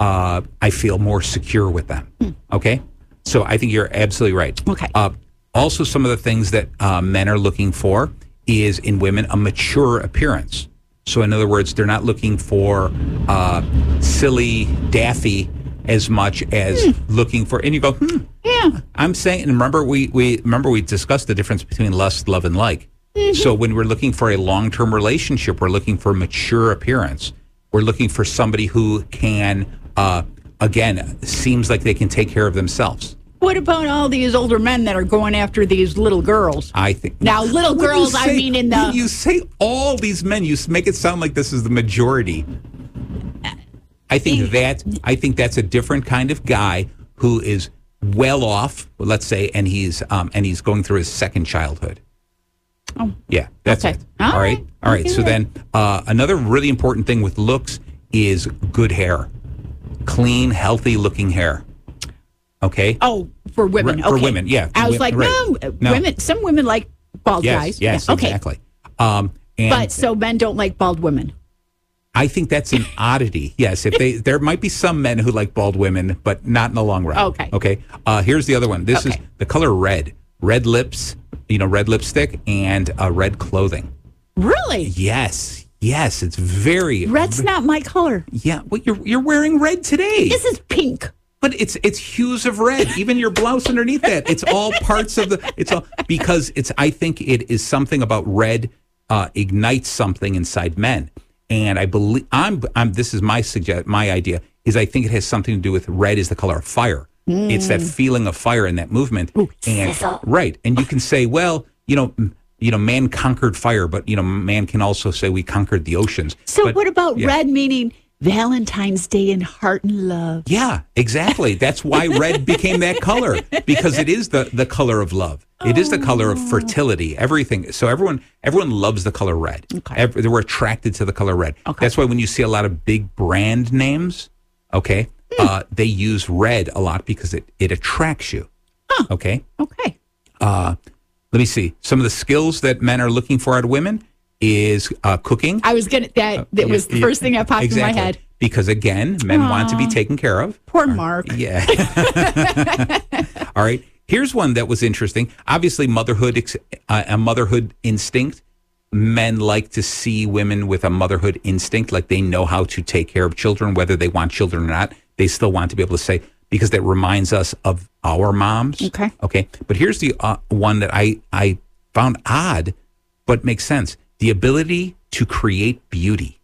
S1: uh, I feel more secure with them. Okay. So I think you're absolutely right.
S2: Okay.
S1: Uh, also, some of the things that uh, men are looking for is in women a mature appearance. So, in other words, they're not looking for uh, silly, daffy as much as looking for. And you go, hmm,
S2: yeah
S1: I'm saying, and remember we we remember we discussed the difference between lust, love, and like. So when we're looking for a long-term relationship, we're looking for mature appearance. We're looking for somebody who can, uh, again, seems like they can take care of themselves.
S2: what about all these older men that are going after these little girls
S1: I think.
S2: now little
S1: When you
S2: girls i
S1: say-
S2: mean in
S1: when
S2: the
S1: you say all these men, you s- make it sound like this is the majority. I think that I think that's a different kind of guy who is well off, let's say, and he's um, and he's going through his second childhood.
S2: Oh.
S1: yeah, that's
S2: Okay.
S1: it.
S2: All
S1: All
S2: right.
S1: right, all right. So
S2: Okay.
S1: then, uh, another really important thing with looks is good hair, clean, healthy-looking hair. Okay.
S2: Oh, for women.
S1: Right, for
S2: okay.
S1: women, yeah, for
S2: I was
S1: women,
S2: like,
S1: right.
S2: no,
S1: No.
S2: women. Some women like bald
S1: yes.
S2: guys.
S1: Yes.
S2: Yeah,
S1: Exactly. Um, and
S2: But so men don't like bald women.
S1: I think that's an oddity. Yes, if they there might be some men who like bald women, but not in the long run.
S2: Okay.
S1: Okay. Uh, here's the other one. This
S2: Okay.
S1: is the color red. Red lips, you know, red lipstick and uh, red clothing.
S2: Really?
S1: Yes. Yes, it's very
S2: Red's not my color.
S1: Yeah, well you're you're wearing red today.
S2: This is pink.
S1: But it's it's hues of red. Even your blouse underneath that. It's all
S2: *laughs*
S1: parts of the. It's all because it's. I think it is something about red uh, ignites something inside men, and I believe I'm. I'm. This is my suggest. My idea is I think it has something to do with red is the color of fire. It's that feeling of fire in that movement. and
S2: Mm. sizzle.
S1: right, and you can say, well, you know. m- You know, man conquered fire, but you know, man can also say we conquered the oceans.
S2: So
S1: But-
S2: what about
S1: yeah.
S2: red meaning Valentine's Day and heart and love?
S1: Yeah, exactly. That's why red became that color because it is the the color of love. It is the color
S2: Oh.
S1: of fertility. Everything. So everyone everyone loves the color red.
S2: Okay.
S1: Ev- they were attracted to the color red.
S2: Okay.
S1: That's why when you see a lot of big brand names, okay,
S2: Hmm.
S1: uh, they use red a lot because it it attracts you. Okay.
S2: Okay.
S1: Let me see. Some of the skills that men are looking for out of women is uh, cooking.
S2: I was gonna that that was
S1: Oh,
S2: the
S1: Yeah,
S2: first thing that popped in
S1: exactly.
S2: my head.
S1: Because again, men want to be taken care of.
S2: Poor Mark.
S1: Yeah. *laughs* All right. Here's one that was interesting. Obviously, motherhood, ex- uh, a motherhood instinct. men like to see women with a motherhood instinct, like they know how to take care of children, whether they want children or not. They still want to be able to say because that reminds us of our moms.
S2: Okay.
S1: Okay. But here's the uh, one that I I found odd, but makes sense: the ability to create beauty.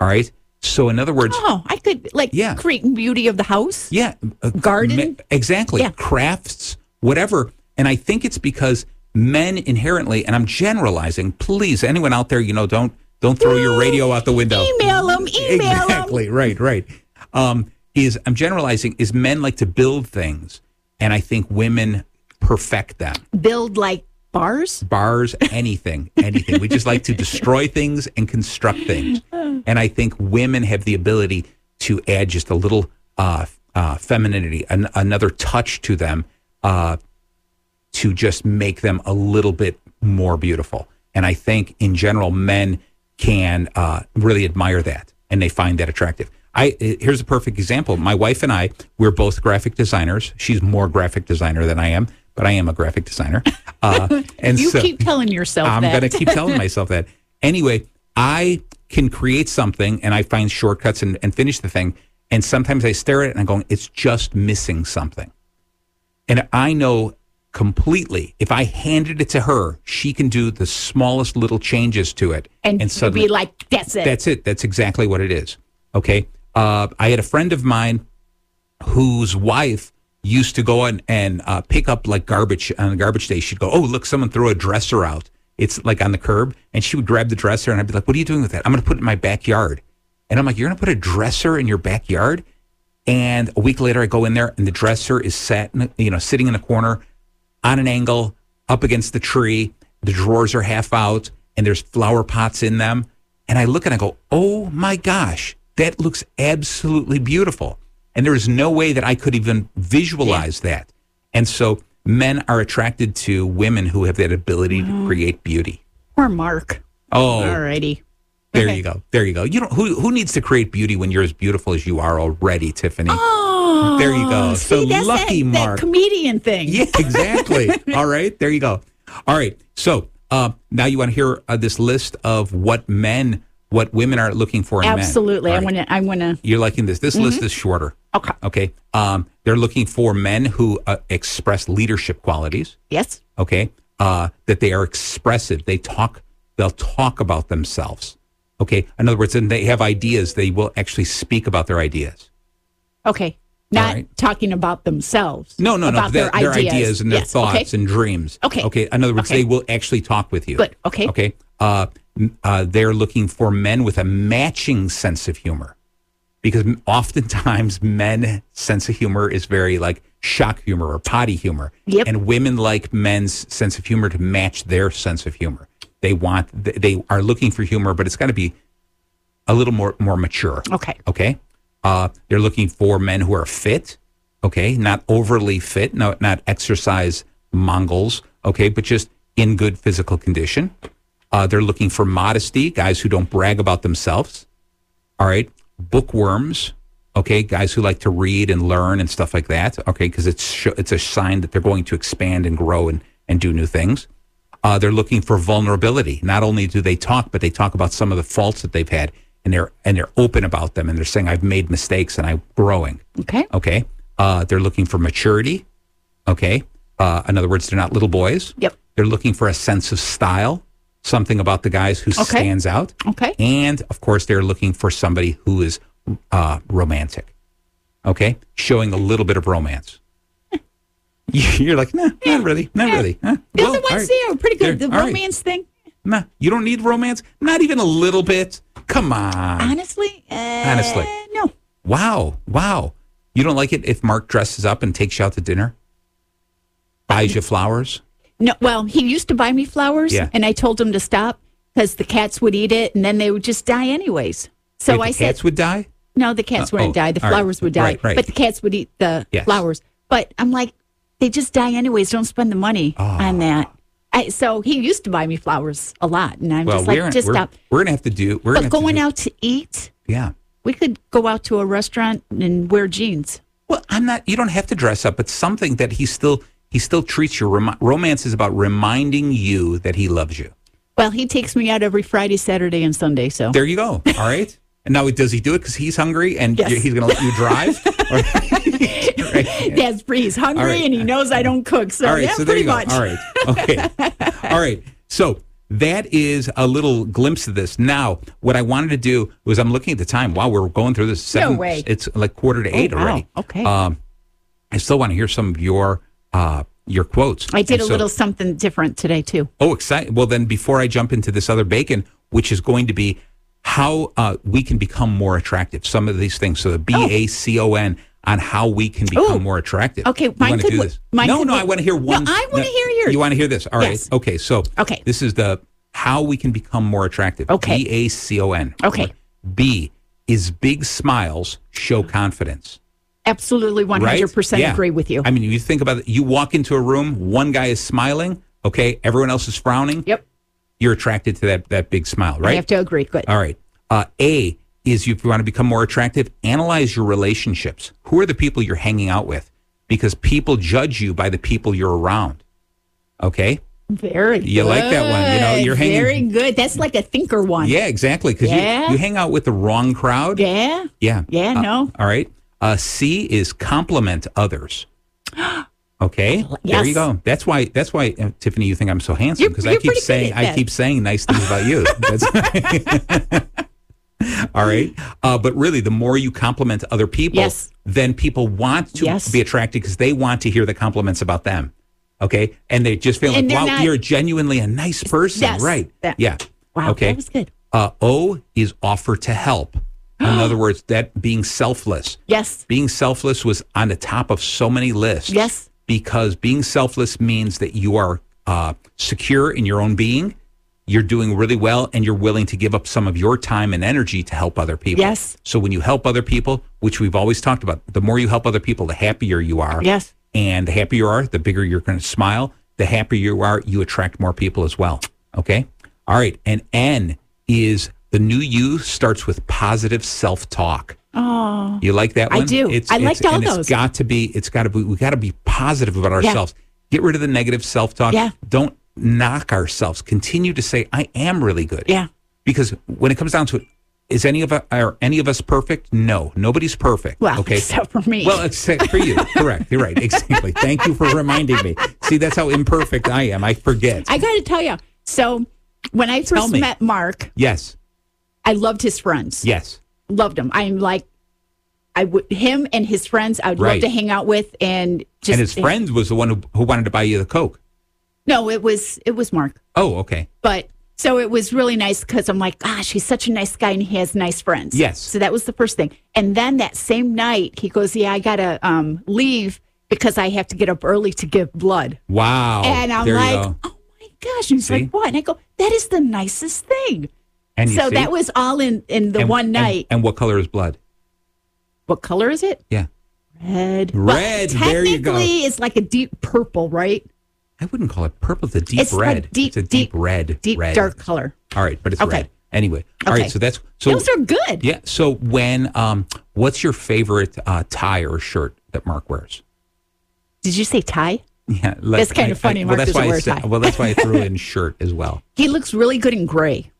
S1: All right. So in other words,
S2: Oh, I could like
S1: Yeah.
S2: create beauty of the house.
S1: yeah. uh,
S2: Garden?
S1: ma- exactly.
S2: Yeah.
S1: Crafts, whatever. And I think it's because men inherently, and I'm generalizing, please, anyone out there, you know, don't don't throw your radio out the window.
S2: Email them. Email them.
S1: exactly. Right, right. Um, is I'm generalizing, is men like to build things and I think women perfect them.
S2: Build like bars.
S1: Bars, anything, anything. we just like to destroy things and construct things. And I think women have the ability to add just a little uh, uh, femininity, an, another touch to them uh, to just make them a little bit more beautiful. And I think in general, men can uh, really admire that and they find that attractive. I eh, here's a perfect example. My wife and I, we're both graphic designers. She's more graphic designer than I am, but I am a graphic designer.
S2: *laughs*
S1: Uh, and
S2: You
S1: so,
S2: keep telling yourself
S1: I'm
S2: that.
S1: going to keep telling
S2: *laughs*
S1: myself that. Anyway, I can create something and I find shortcuts and, and finish the thing. And sometimes I stare at it and I'm going, it's just missing something. And I know completely if I handed it to her, she can do the smallest little changes to it.
S2: and you'd be like, that's it.
S1: That's it. That's exactly what it is. Okay. Uh, I had a friend of mine whose wife used to go and, and uh, pick up like garbage uh, on the garbage day. She'd go, Oh, look, someone threw a dresser out. It's like on the curb. And she would grab the dresser and I'd be like, What are you doing with that? I'm going to put it in my backyard. And I'm like, You're going to put a dresser in your backyard? And a week later, I go in there and the dresser is sat, in, a- you know, sitting in a corner on an angle up against the tree. The drawers are half out and there's flower pots in them. And I look and I go, oh my gosh, that looks absolutely beautiful. And there is no way that I could even visualize that. And so men are attracted to women who have that ability to create beauty.
S2: Or Mark.
S1: Oh,
S2: Alrighty.
S1: there
S2: okay.
S1: you go. There you go. You know who who needs to create beauty when you're as beautiful as you are already, Tiffany?
S2: Oh,
S1: There you go. So
S2: See, that's
S1: lucky
S2: that,
S1: Mark.
S2: That comedian thing.
S1: Yeah, exactly.
S2: *laughs*
S1: All right, there you go. All right, so uh, now you want to hear uh, this list of what men, what women are looking for in
S2: Absolutely.
S1: men. All
S2: I
S1: right.
S2: want Mm-hmm. to. I want to.
S1: You're liking this. This list is shorter.
S2: Okay.
S1: Okay. Um, they're looking for men who uh, express leadership qualities.
S2: Yes.
S1: Okay. Uh, that they are expressive. They talk. They'll talk about themselves. Okay. In other words, and they have ideas. They will actually speak about their ideas.
S2: Okay. Not
S1: right.
S2: talking about themselves.
S1: No, no,
S2: about
S1: no. Their, their ideas. and their
S2: Yes, okay.
S1: thoughts and dreams.
S2: Okay.
S1: Okay. In other words,
S2: Okay.
S1: they will actually talk with you.
S2: Good. Okay.
S1: Okay. Uh, m- uh, they're looking for men with a matching sense of humor because m- oftentimes *laughs* men's sense of humor is very like shock humor or potty humor.
S2: Yep.
S1: And women like men's sense of humor to match their sense of humor. They want, th- they are looking for humor, but it's got to be a little more, more mature.
S2: Okay.
S1: Okay. Uh, they're looking for men who are fit. Okay. Not overly fit. No, not exercise mongols. Okay. But just in good physical condition. Uh, they're looking for modesty, guys who don't brag about themselves. All right. Bookworms. Okay. Guys who like to read and learn and stuff like that. Okay. Cause it's, sh- it's a sign that they're going to expand and grow and, and do new things. Uh, they're looking for vulnerability. Not only do they talk, but they talk about some of the faults that they've had and they're, and they're open about them. And they're saying, I've made mistakes and I'm growing.
S2: Okay.
S1: Okay. Uh, they're looking for maturity. Okay. Uh, in other words, they're not little boys.
S2: Yep.
S1: They're looking for a sense of style, something about the guys who stands out.
S2: Okay.
S1: And of course, they're looking for somebody who is uh, romantic. Okay. Showing a little bit of romance. *laughs* You're like, nah, not really, not really. Huh?
S2: The
S1: Well,
S2: other
S1: all
S2: ones
S1: right.
S2: there are pretty good.
S1: They're-
S2: the
S1: all right.
S2: romance thing,
S1: Nah, you don't need romance. Not even a little bit. Come on.
S2: honestly. Uh,
S1: Honestly.
S2: No.
S1: Wow. Wow. You don't like it if Mark dresses up and takes you out to dinner? Buys you flowers?
S2: No. Well, he used to buy me flowers,
S1: Yeah.
S2: and I told him to stop because the cats would eat it, and then they would just die anyways. So
S1: Wait,
S2: I
S1: the
S2: said,
S1: cats would die?
S2: No, the cats
S1: Uh,
S2: wouldn't
S1: oh,
S2: die. The
S1: all right.
S2: flowers would die.
S1: Right, right.
S2: But the cats would eat the
S1: Yes.
S2: flowers. But I'm like, they just die anyways. Don't spend the money
S1: Ah.
S2: on that. I, so he used to buy me flowers a lot, and I'm
S1: Well,
S2: just
S1: we're,
S2: like, just
S1: we're,
S2: stop.
S1: we're gonna have to do. We're gonna
S2: But going
S1: have
S2: out to eat,
S1: to do, yeah.
S2: we could go out to a restaurant and wear jeans.
S1: Well, I'm not. You don't have to dress up, but something that he still he still treats you. Remi- romance is about reminding you that he loves you.
S2: Well, he takes me out every Friday, Saturday, and Sunday. So *laughs*
S1: There you go. All right. *laughs* And now, does he do it because he's hungry and
S2: Yes.
S1: you- he's going to let you
S2: *laughs*
S1: drive? Or- Right.
S2: that's he's hungry
S1: All right.
S2: and he knows I don't cook. So
S1: All right,
S2: yeah,
S1: so there
S2: pretty
S1: you go.
S2: much.
S1: All right, okay, all right. So that is a little glimpse of this. Now, what I wanted to do was I'm looking at the time. Wow, we're going through this. Seven,
S2: way. Oh,
S1: It's like quarter to eight
S2: wow.
S1: already.
S2: Okay.
S1: Um, I still want to hear some of your uh, your quotes.
S2: I did
S1: And
S2: a
S1: so-
S2: little something different today too.
S1: Oh, exciting. Well, then before I jump into this other bacon, which is going to be how uh, we can become more attractive, some of these things. So the B A C O N on how we can become
S2: Oh.
S1: more attractive.
S2: Okay,
S1: You
S2: mine
S1: wanna
S2: could
S1: do
S2: wa-
S1: this?
S2: mine
S1: no,
S2: could
S1: no,
S2: wa-
S1: I want to hear
S2: No,
S1: one.
S2: I wanna hear yours.
S1: You want to hear this? All right.
S2: Yes.
S1: Okay. So
S2: Okay.
S1: this is the how we can become more attractive.
S2: Okay.
S1: B A C O N.
S2: Okay.
S1: B is big smiles show confidence.
S2: Absolutely, one
S1: Right?
S2: hundred percent
S1: Yeah.
S2: agree with you.
S1: I mean, you think about it. You walk into a room, one guy is smiling. Okay, everyone else is frowning
S2: yep,
S1: you're attracted to that that big smile, right?
S2: I have to agree. Good.
S1: All right. Uh, a is if you want to become more attractive, analyze your relationships. Who are the people you're hanging out with? Because people judge you by the people you're around. Okay.
S2: Very.
S1: You like that one, you know,
S2: good.
S1: you're hanging-
S2: Very good. That's like a thinker one.
S1: Yeah, exactly. Because
S2: Yeah.
S1: you, you hang out with the wrong crowd.
S2: Yeah.
S1: Yeah.
S2: Yeah,
S1: Uh,
S2: no.
S1: All right. Uh, C is compliment
S2: *gasps*
S1: others. Okay. There you
S2: Yes.
S1: go. That's why. That's why uh, Tiffany, you think I'm so handsome
S2: You're-
S1: because I
S2: you're
S1: keep
S2: pretty good
S1: saying
S2: at
S1: I
S2: that.
S1: keep saying nice things about
S2: *laughs*
S1: you. That's *laughs* All right. Uh, but really, the more you compliment other people,
S2: Yes.
S1: then people want to
S2: Yes.
S1: be attracted because they want to hear the compliments about them. Okay. And they just feel
S2: And
S1: like,
S2: they're
S1: wow,
S2: not-
S1: you're genuinely a nice person.
S2: Yes.
S1: Right.
S2: That-
S1: yeah.
S2: Wow.
S1: Okay.
S2: That was good.
S1: Uh, o is offer to help. In other words, that being selfless.
S2: Yes.
S1: Being selfless was on the top of so many lists.
S2: Yes.
S1: Because being selfless means that you are uh, secure in your own being, you're doing really well, and you're willing to give up some of your time and energy to help other people.
S2: Yes.
S1: So when you help other people, which we've always talked about, the more you help other people, the happier you are.
S2: Yes.
S1: And the happier you are, the bigger you're going to smile. The happier you are, you attract more people as well. Okay. All right. And N is the new you starts with positive self talk. Oh. You like that
S2: I
S1: one?
S2: do. I liked all
S1: and
S2: those.
S1: It's got to be, it's got to be, we got to be positive about ourselves. Get rid of the negative self talk.
S2: Yeah.
S1: Don't knock ourselves. Continue to say, I am really good
S2: Yeah.
S1: because when it comes down to it, is any of us, are any of us perfect? No, nobody's perfect.
S2: Well, *laughs* except for me.
S1: Well, except for
S2: *laughs*
S1: you. Correct. You're right. Exactly. Thank you for reminding me. See, that's how imperfect I am. I forget.
S2: I got to tell you. So when I first
S1: me.
S2: met Mark,
S1: yes.
S2: I loved his friends.
S1: Yes.
S2: Loved him. I'm like, I would him and his friends. I would
S1: Right.
S2: love to hang out with and just.
S1: and his friend was the one who, who wanted to buy you the Coke.
S2: No, it was it was Mark.
S1: Oh, okay.
S2: But so it was really nice because I'm like, gosh, he's such a nice guy and he has nice friends.
S1: Yes.
S2: So that was the first thing. And then that same night, he goes, Yeah, I got to um, leave because I have to get up early to give blood.
S1: Wow.
S2: and I'm
S1: there you
S2: like,
S1: go.
S2: Oh my gosh. And he's
S1: See?
S2: like, What? And I go, That is the nicest thing.
S1: and you
S2: So
S1: see?
S2: that was all in, in the
S1: And-
S2: one
S1: and-
S2: night.
S1: And, what color is blood?
S2: what color is it?
S1: Yeah.
S2: Red.
S1: Red,
S2: Well,
S1: there you go.
S2: Technically, it's like a deep purple, right?
S1: I wouldn't call it purple. It's a deep
S2: It's like
S1: red.
S2: deep-
S1: it's a deep,
S2: deep-
S1: red.
S2: Deep
S1: red.
S2: dark color.
S1: All right, but it's
S2: Okay.
S1: red. Anyway. All right.
S2: Okay.
S1: So that's so
S2: Those are good.
S1: Yeah. So when, um, what's your favorite uh, tie or shirt that Mark wears? *laughs*
S2: Did you say tie?
S1: Yeah, like,
S2: That's kind of funny. Mark
S1: well, that's
S2: doesn't
S1: why
S2: wear
S1: I
S2: a
S1: said-
S2: tie.
S1: well, that's why I
S2: *laughs*
S1: threw in shirt as well.
S2: He looks really good in gray.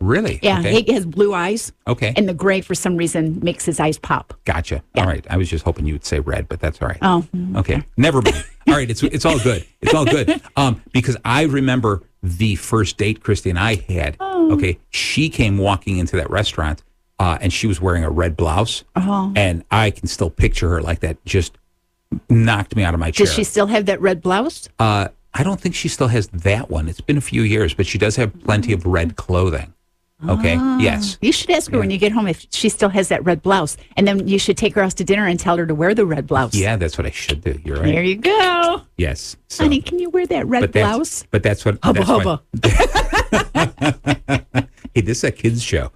S1: Really?
S2: Yeah,
S1: Okay.
S2: he has blue eyes.
S1: Okay.
S2: And the gray, for some reason, makes his eyes pop.
S1: Gotcha. All right. I was just hoping you would say red, but that's all right.
S2: Oh.
S1: Okay. Never mind. All right. It's it's all good. It's all good. Um, because I remember the first date Christy and I had.
S2: Oh.
S1: Okay. She came walking into that restaurant, uh, and she was wearing a red blouse.
S2: Oh.
S1: And I can still picture her like that. Just knocked me out of my chair.
S2: Does she still have that red blouse?
S1: Uh, I don't think she still has that one. It's been a few years, but she does have plenty of red clothing. Okay.
S2: Ah.
S1: Yes.
S2: You should ask her when you get home if she still has that red blouse. And then you should take her out to dinner and tell her to wear the red blouse.
S1: Yeah, that's what I should do. You're right.
S2: There you go.
S1: Yes. So,
S2: Honey, can you wear that red
S1: but that's,
S2: blouse?
S1: But that's what.
S2: Hubba
S1: that's what-
S2: hubba.
S1: *laughs* hey, this is a kids show.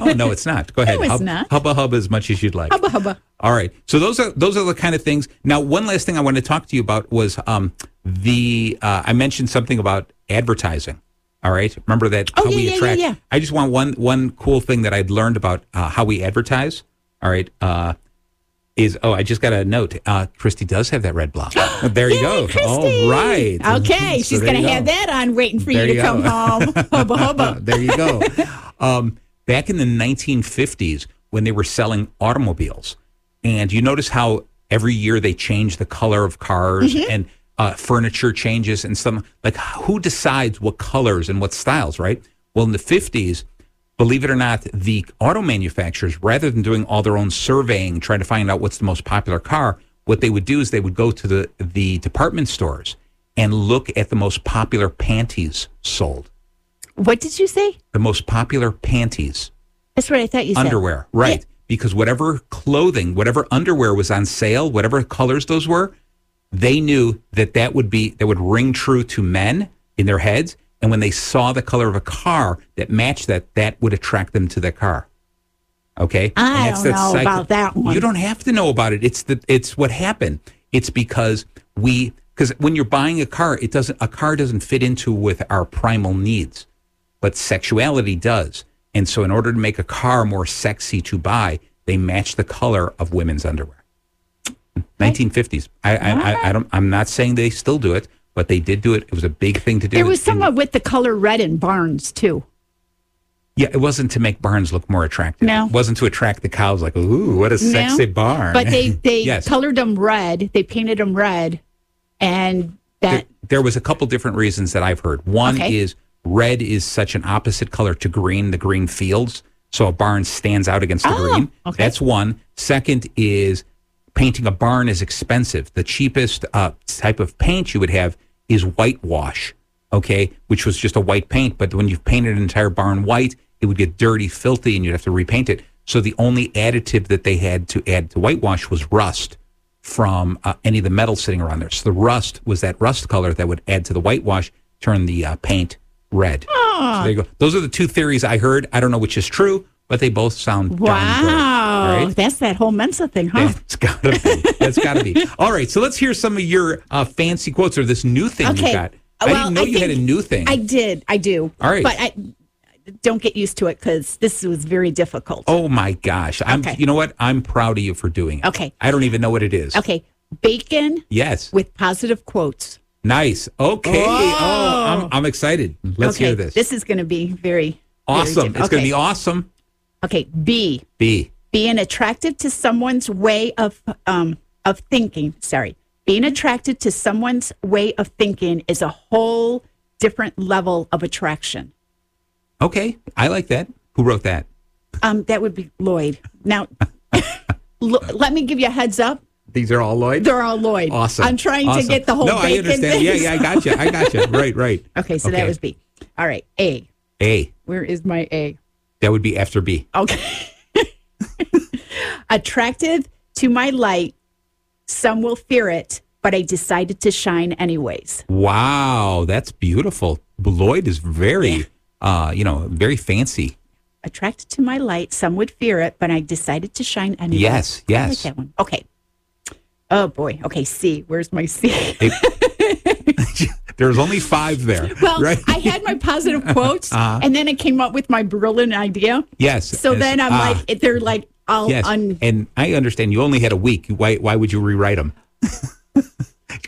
S1: oh no, it's not.
S2: *laughs*
S1: Go ahead.
S2: it's
S1: Hub-
S2: not.
S1: Hubba hubba as much as you'd like.
S2: Hubba hubba.
S1: All right. So those are those are the kind of things. Now, one last thing I want to talk to you about was um, the uh, I mentioned something about advertising. All right. Remember that
S2: Oh,
S1: how
S2: yeah,
S1: we
S2: yeah, yeah,
S1: attract.
S2: yeah.
S1: I just want one one cool thing that I'd learned about uh, how we advertise. All right. Uh, is oh, I just got a note. Uh, Christy does have that red
S2: *gasps*
S1: blouse. there you go. All right. *laughs*
S2: Okay,
S1: So
S2: she's
S1: there
S2: going
S1: you
S2: to have
S1: go.
S2: that on waiting for
S1: There
S2: you to
S1: you
S2: come
S1: go.
S2: home.
S1: *laughs*
S2: Hubba hubba.
S1: there you go. Um, back in the 1950s, when they were selling automobiles, and you notice how every year they change the color of cars and uh, furniture changes and some like who decides what colors and what styles, right? Well, in the 50s, believe it or not, the auto manufacturers, rather than doing all their own surveying, trying to find out what's the most popular car, what they would do is they would go to the, the department stores and look at the most popular panties sold
S2: What did you say?
S1: the most popular panties,
S2: That's what I thought you said.
S1: underwear, right? Because whatever clothing, whatever underwear was on sale, whatever colors those were, they knew that that would be that would ring true to men in their heads. And when they saw the color of a car that matched that, that would attract them to that car. Okay,
S2: I
S1: And
S2: don't know about that one.
S1: You don't have to know about it. It's the it's what happened. It's because we because when you're buying a car, it doesn't a car doesn't fit into with our primal needs but sexuality does. And so, in order to make a car more sexy to buy, they match the color of women's underwear. 1950s. I, I, I, I don't. I'm not saying they still do it, but they did do it. It was a big thing to do.
S2: There was
S1: And-
S2: someone with the color red in Barnes too.
S1: Yeah, it wasn't to make barns look more attractive.
S2: No.
S1: it wasn't to attract the cows. Like, ooh, what a sexy barn.
S2: But
S1: *laughs*
S2: they they
S1: Yes.
S2: colored them red. They painted them red, and that
S1: there was a couple different reasons that I've heard. One
S2: Okay.
S1: is red is such an opposite color to green, the green fields. So a barn stands out against the
S2: Oh,
S1: green.
S2: okay.
S1: That's one. Second is painting a barn is expensive. The cheapest uh, type of paint you would have is whitewash, okay, which was just a white paint. But when you've painted an entire barn white, it would get dirty, filthy, and you'd have to repaint it. So the only additive that they had to add to whitewash was rust from uh, any of the metal sitting around there. So the rust was that rust color that would add to the whitewash, turn the uh, paint red. So there you go. Those are the two theories I heard. I don't know which is true, but they both sound darn good. All
S2: wow,
S1: right? *laughs*
S2: that's that whole Mensa thing, huh?
S1: That's gotta be. That's gotta be. All right, so let's hear some of your uh, fancy quotes or this new thing you
S2: Okay. Uh,
S1: got. I
S2: Well,
S1: didn't know
S2: I
S1: you had a
S2: think
S1: new thing.
S2: I did, I do.
S1: All right.
S2: but I don't get used to it because this was very difficult.
S1: oh my gosh! I'm.
S2: Okay.
S1: You know what? I'm proud of you for doing it.
S2: Okay.
S1: I don't even know what it is.
S2: Okay, bacon
S1: Yes.
S2: with positive quotes.
S1: Nice. Okay. Oh, I'm, I'm excited. Let's
S2: okay,
S1: hear this.
S2: This is going to be very
S1: awesome.
S2: Very
S1: It's going to be
S2: awesome.
S1: awesome.
S2: Okay, B
S1: B.
S2: being attracted to someone's way of um of thinking sorry being attracted to someone's way of thinking is a whole different level of attraction
S1: Okay. I like that. Who wrote that?
S2: um that would be lloyd now *laughs* lo- let me give you a heads up
S1: These are all Lloyd.
S2: they're all lloyd
S1: awesome.
S2: i'm trying to
S1: Awesome.
S2: get the whole
S1: No, I
S2: bacon
S1: understand.
S2: thing.
S1: Yeah, yeah. I got you. I got you. Right, right.
S2: *laughs* okay so that was b all right a
S1: A.
S2: where is my a
S1: That would be after B.
S2: okay attractive to my light some will fear it but i decided to shine anyways
S1: Wow, that's beautiful. Lloyd is very, uh, you know, very fancy.
S2: attracted to my light. Some would fear it, but I decided to shine anyway.
S1: Yes,
S2: I like
S1: yes.
S2: that one. Okay. Oh boy. Okay. C. Where's my C? *laughs*
S1: There's only five there,
S2: *laughs* Well,
S1: right?
S2: I had my
S1: *laughs*
S2: positive quotes, and then I came up with my brilliant idea.
S1: yes.
S2: So
S1: yes,
S2: then I'm
S1: ah,
S2: like, it- they're like all
S1: yes.
S2: un.
S1: and I understand you only had a week. Why? Why would you rewrite them? *laughs*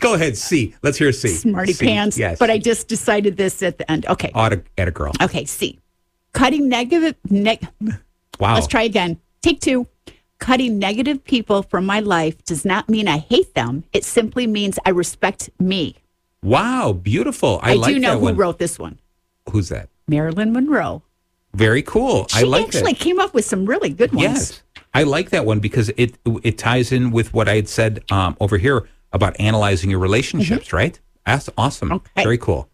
S1: Go ahead, C. Let's hear C.
S2: Smarty
S1: C,
S2: pants,
S1: Yes,
S2: but I just decided this at the end. Okay,
S1: ought to at a girl.
S2: okay. C, cutting negative. Neg-
S1: Wow.
S2: Let's try again. Take two. Cutting negative people from my life does not mean I hate them. It simply means I respect me.
S1: Wow, beautiful. I,
S2: I,
S1: like
S2: do know
S1: that
S2: who
S1: one.
S2: wrote this one.
S1: Who's that?
S2: Marilyn Monroe.
S1: Very cool. I
S2: She
S1: like that.
S2: actually came up with some really good ones.
S1: Yes, I like that one because it it ties in with what I had said um, over here about analyzing your relationships. Right? That's awesome.
S2: Mm-hmm. Okay.
S1: Very cool.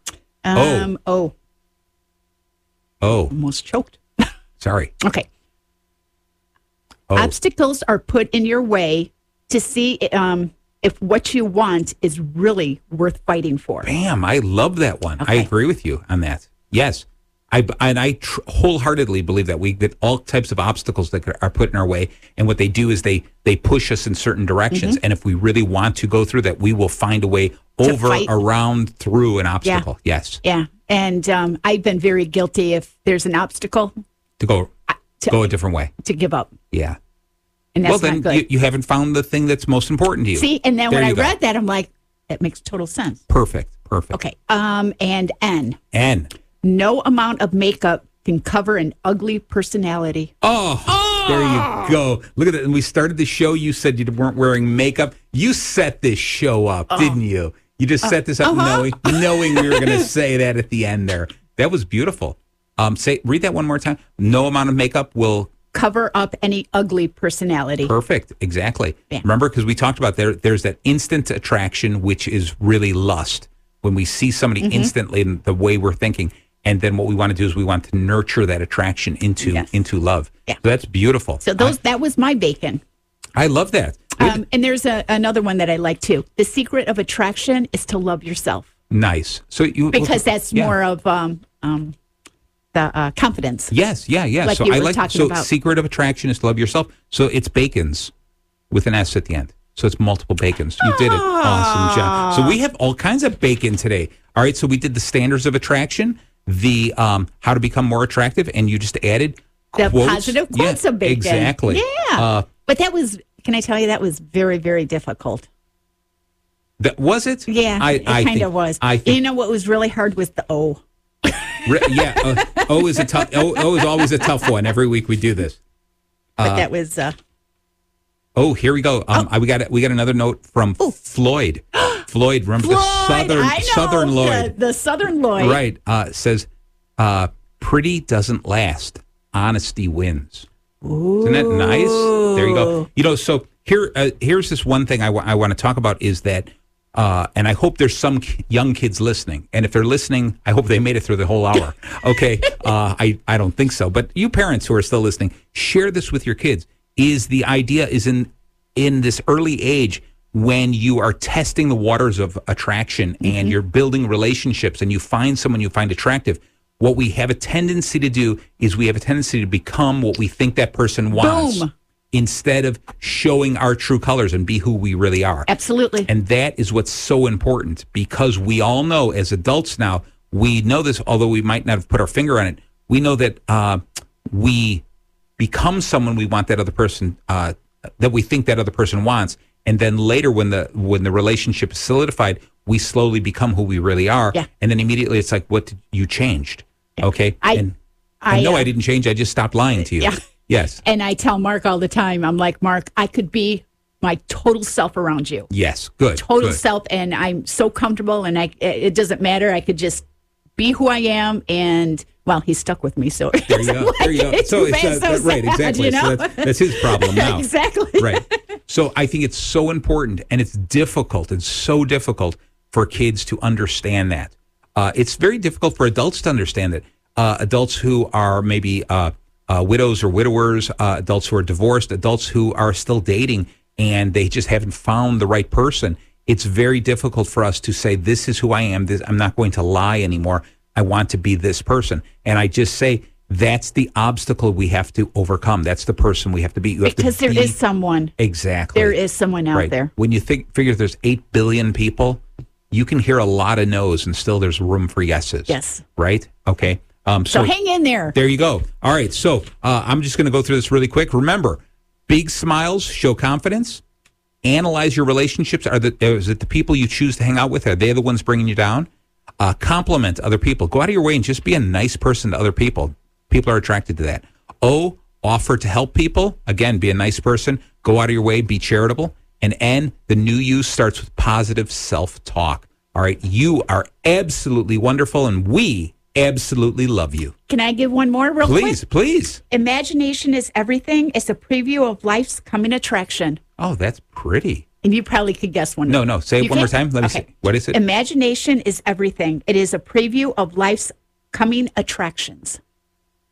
S2: Um, oh.
S1: Oh,
S2: almost choked.
S1: sorry.
S2: Okay.
S1: Oh,
S2: Obstacles are put in your way to see um, if what you want is really worth fighting for.
S1: bam! I love that one. I
S2: Okay.
S1: agree with you on that. Yes, I and I tr- wholeheartedly believe that we that all types of obstacles that are put in our way, and what they do is they they push us in certain directions,
S2: Mm-hmm.
S1: and if we really want to go through that, we will find a way over,
S2: fight.
S1: around, through an obstacle. Yes,
S2: Yeah. And um, I've been very guilty if there's an obstacle
S1: to go
S2: to-
S1: go a different way.
S2: to give up.
S1: Yeah.
S2: and that's
S1: well, then
S2: not good.
S1: you, you haven't found the thing that's most important to you.
S2: See, and then
S1: There
S2: when I
S1: you go.
S2: read that, I'm like, that makes total sense.
S1: Perfect. Perfect.
S2: Okay. Um, and N,
S1: N.
S2: no amount of makeup can cover an ugly personality.
S1: Oh, there you go. Look at that. And we started the show. You said you weren't wearing makeup. You set this show up,
S2: Oh.
S1: didn't you? You
S2: Uh,
S1: just set this up
S2: uh-huh.
S1: knowing knowing we were going to say that at the end there. That was beautiful. Um, say read that one more time. No amount of makeup will
S2: Cover up any ugly personality.
S1: perfect. Exactly.
S2: Yeah.
S1: Remember, because we talked about there. There's that instant attraction, which is really lust. When we see somebody
S2: Mm-hmm.
S1: instantly in the way we're thinking, and then what we want to do is we want to nurture that attraction into
S2: Yes.
S1: into love.
S2: Yeah.
S1: So that's beautiful.
S2: so those that was my bacon.
S1: I love that.
S2: Um, and there's a, another one that I like too. The secret of attraction is to love yourself
S1: Nice. So you
S2: because that's
S1: yeah.
S2: more of um, um, the uh, confidence.
S1: Yes, yeah, yeah.
S2: like
S1: so
S2: you
S1: I
S2: were
S1: like
S2: talking
S1: so
S2: about.
S1: secret of attraction is to love yourself. So it's bacon's with an S at the end. So it's multiple bacons. You did it. Awesome job. So we have all kinds of bacon today. All right. So we did the standards of attraction, the um how to become more attractive, and you just added
S2: The
S1: quotes.
S2: positive
S1: Yeah,
S2: quotes of bacon.
S1: Exactly.
S2: Yeah.
S1: Uh,
S2: but that was, can I tell you, that was very, very difficult.
S1: that was it.
S2: Yeah,
S1: I,
S2: it
S1: I
S2: kind
S1: think-
S2: of was.
S1: I think
S2: *laughs* you know what was really hard was the O.
S1: Re- yeah. Uh, o is a tough. O, o is always a tough one. Every week we do this.
S2: But that was uh,
S1: Oh, here we go. Um, I, we got we got another note from
S2: *gasps*
S1: Floyd. Floyd, remember
S2: Floyd.
S1: the southern
S2: I know,
S1: southern
S2: the-
S1: Lloyd,
S2: the, Southern Lloyd.
S1: right? Uh, says, uh, "Pretty doesn't last. Honesty wins." Isn't that nice? There you go. You know, so here uh, here's this one thing I want to talk about is that, uh, and I hope there's some k- young kids listening, and if they're listening, I hope they made it through the whole hour. okay, uh, I I don't think so, but you parents who are still listening, share this with your kids. Is the idea is in in this early age when you are testing the waters of attraction and you're building relationships and you find someone you find attractive what we have a tendency to do is we have a tendency to become what we think that person wants
S2: Boom.
S1: instead of showing our true colors and be who we really are
S2: Absolutely.
S1: and that is what's so important because we all know as adults now, we know this, although we might not have put our finger on it. We know that uh, we become someone we want that other person, uh, that we think that other person wants. And then later, when the when the relationship is solidified, we slowly become who we really are.
S2: Yeah.
S1: And then immediately, it's like, what did, you changed? Okay.
S2: I-
S1: and,
S2: I,
S1: and no,
S2: uh,
S1: I didn't change. I just stopped lying to you.
S2: Yeah.
S1: Yes.
S2: And I tell Mark all the time, I'm like, Mark, I could be my total self around you.
S1: Yes. Good.
S2: Total
S1: good.
S2: self. And I'm so comfortable and I it doesn't matter. I could just be who I am. And well, he's stuck with me. So *laughs* it
S1: There you
S2: doesn't
S1: go. There you go.
S2: like it
S1: So
S2: too
S1: it's
S2: bad,
S1: uh,
S2: so
S1: right,
S2: sad,
S1: exactly.
S2: You know?
S1: So
S2: *laughs*
S1: that's, that's his problem now.
S2: exactly.
S1: Right. So I think it's so important, and it's difficult. It's so difficult for kids to understand that. Uh, it's very difficult for adults to understand that. Uh, adults who are maybe uh, uh, widows or widowers, uh, adults who are divorced, adults who are still dating, and they just haven't found the right person. It's very difficult for us to say, "This is who I am. This, I'm not going to lie anymore. I want to be this person." And I just say. That's the obstacle we have to overcome. That's the person we have to be. You have
S2: Because
S1: to
S2: there
S1: be
S2: is someone.
S1: Exactly.
S2: There is someone out
S1: right.
S2: there.
S1: When you think figure there's eight billion people, you can hear a lot of no's and still there's room for yeses.
S2: Yes.
S1: Right? Okay. Um
S2: So
S1: so,
S2: hang in there.
S1: there you go. All right. So uh, I'm just gonna go through this really quick. Remember, big smiles show confidence. Analyze your relationships. Are the is it the people you choose to hang out with? Are they the ones bringing you down? Uh, compliment other people. Go out of your way and just be a nice person to other people. People are attracted to that. O, offer to help people. Again, be a nice person. Go out of your way. Be charitable. And N, the new you starts with positive self talk. All right. You are absolutely wonderful, and we absolutely love you.
S2: Can I give one more real quick?
S1: Please, please.
S2: Imagination is everything. It's a preview of life's coming attraction.
S1: Oh, that's pretty.
S2: And you probably could guess one.
S1: No, no. Say it
S2: You
S1: one more time.
S2: can?
S1: Let me
S2: Okay.
S1: see. What is it?
S2: Imagination is everything. It is a preview of life's coming attractions.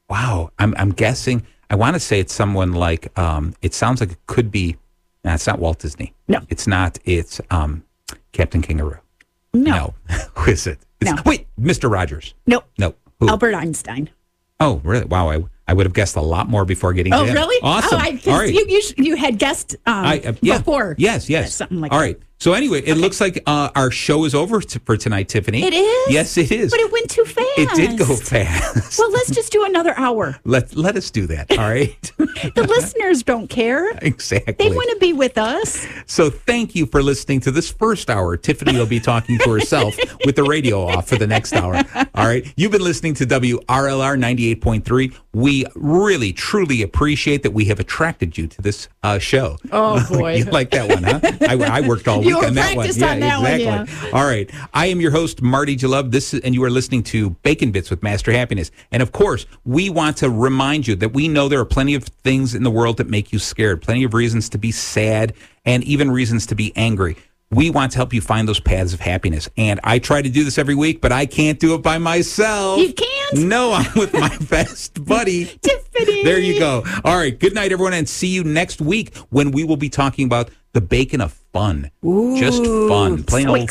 S1: Wow, I'm I'm guessing. I want to say it's someone like. Um, it sounds like it could be. Nah, it's not Walt Disney.
S2: No.
S1: it's not. It's um, Captain Kangaroo.
S2: No.
S1: *laughs* who is it? It's-
S2: No.
S1: wait, Mister Rogers.
S2: No.
S1: No, who?
S2: Albert Einstein.
S1: Oh, really? Wow, I I would have guessed a lot more before getting.
S2: Oh,
S1: to him.
S2: really?
S1: Awesome.
S2: Oh, I, 'cause
S1: All right.
S2: you, you, sh- you had guessed um,
S1: I, uh, yeah.
S2: before.
S1: Yes, yes.
S2: Something like
S1: All
S2: that.
S1: right. So anyway, it looks like uh, our show is over t- for tonight, Tiffany.
S2: It is?
S1: Yes, it is.
S2: But it went too fast.
S1: It did go fast. *laughs*
S2: Well, let's just do another hour.
S1: let let us do that. All
S2: *laughs*
S1: right. *laughs*
S2: The listeners don't care.
S1: exactly.
S2: They want to be with us.
S1: So thank you for listening to this first hour. Tiffany will be talking to
S2: *laughs*
S1: herself with the radio off for the next hour. All right. You've been listening to WRLR 98.3. We really, truly appreciate that we have attracted you to this uh, show.
S2: Oh, boy.
S1: *laughs* you like that one, huh? I, I worked all
S2: *laughs* You
S1: week
S2: were
S1: on that one.
S2: practiced on that one, yeah.
S1: *laughs* All right. I am your host, Marty Jalove. This is, and you are listening to Bacon Bits with Master Happiness. And of course, we want to remind you that we know there are plenty of things in the world that make you scared, plenty of reasons to be sad, and even reasons to be angry. We want to help you find those paths of happiness. And I try to do this every week, but I can't do it by myself.
S2: You can't?
S1: No, I'm with my *laughs* best buddy.
S2: *laughs* Tiffany.
S1: There you go. All right. Good night, everyone, and see you next week when we will be talking about the bacon of fun. Just fun. Plain
S2: so
S1: old fun.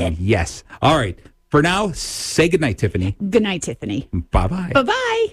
S2: excited.
S1: Yes. All right. For now, say goodnight, Tiffany.
S2: Good night, Tiffany.
S1: Bye bye.
S2: Bye bye.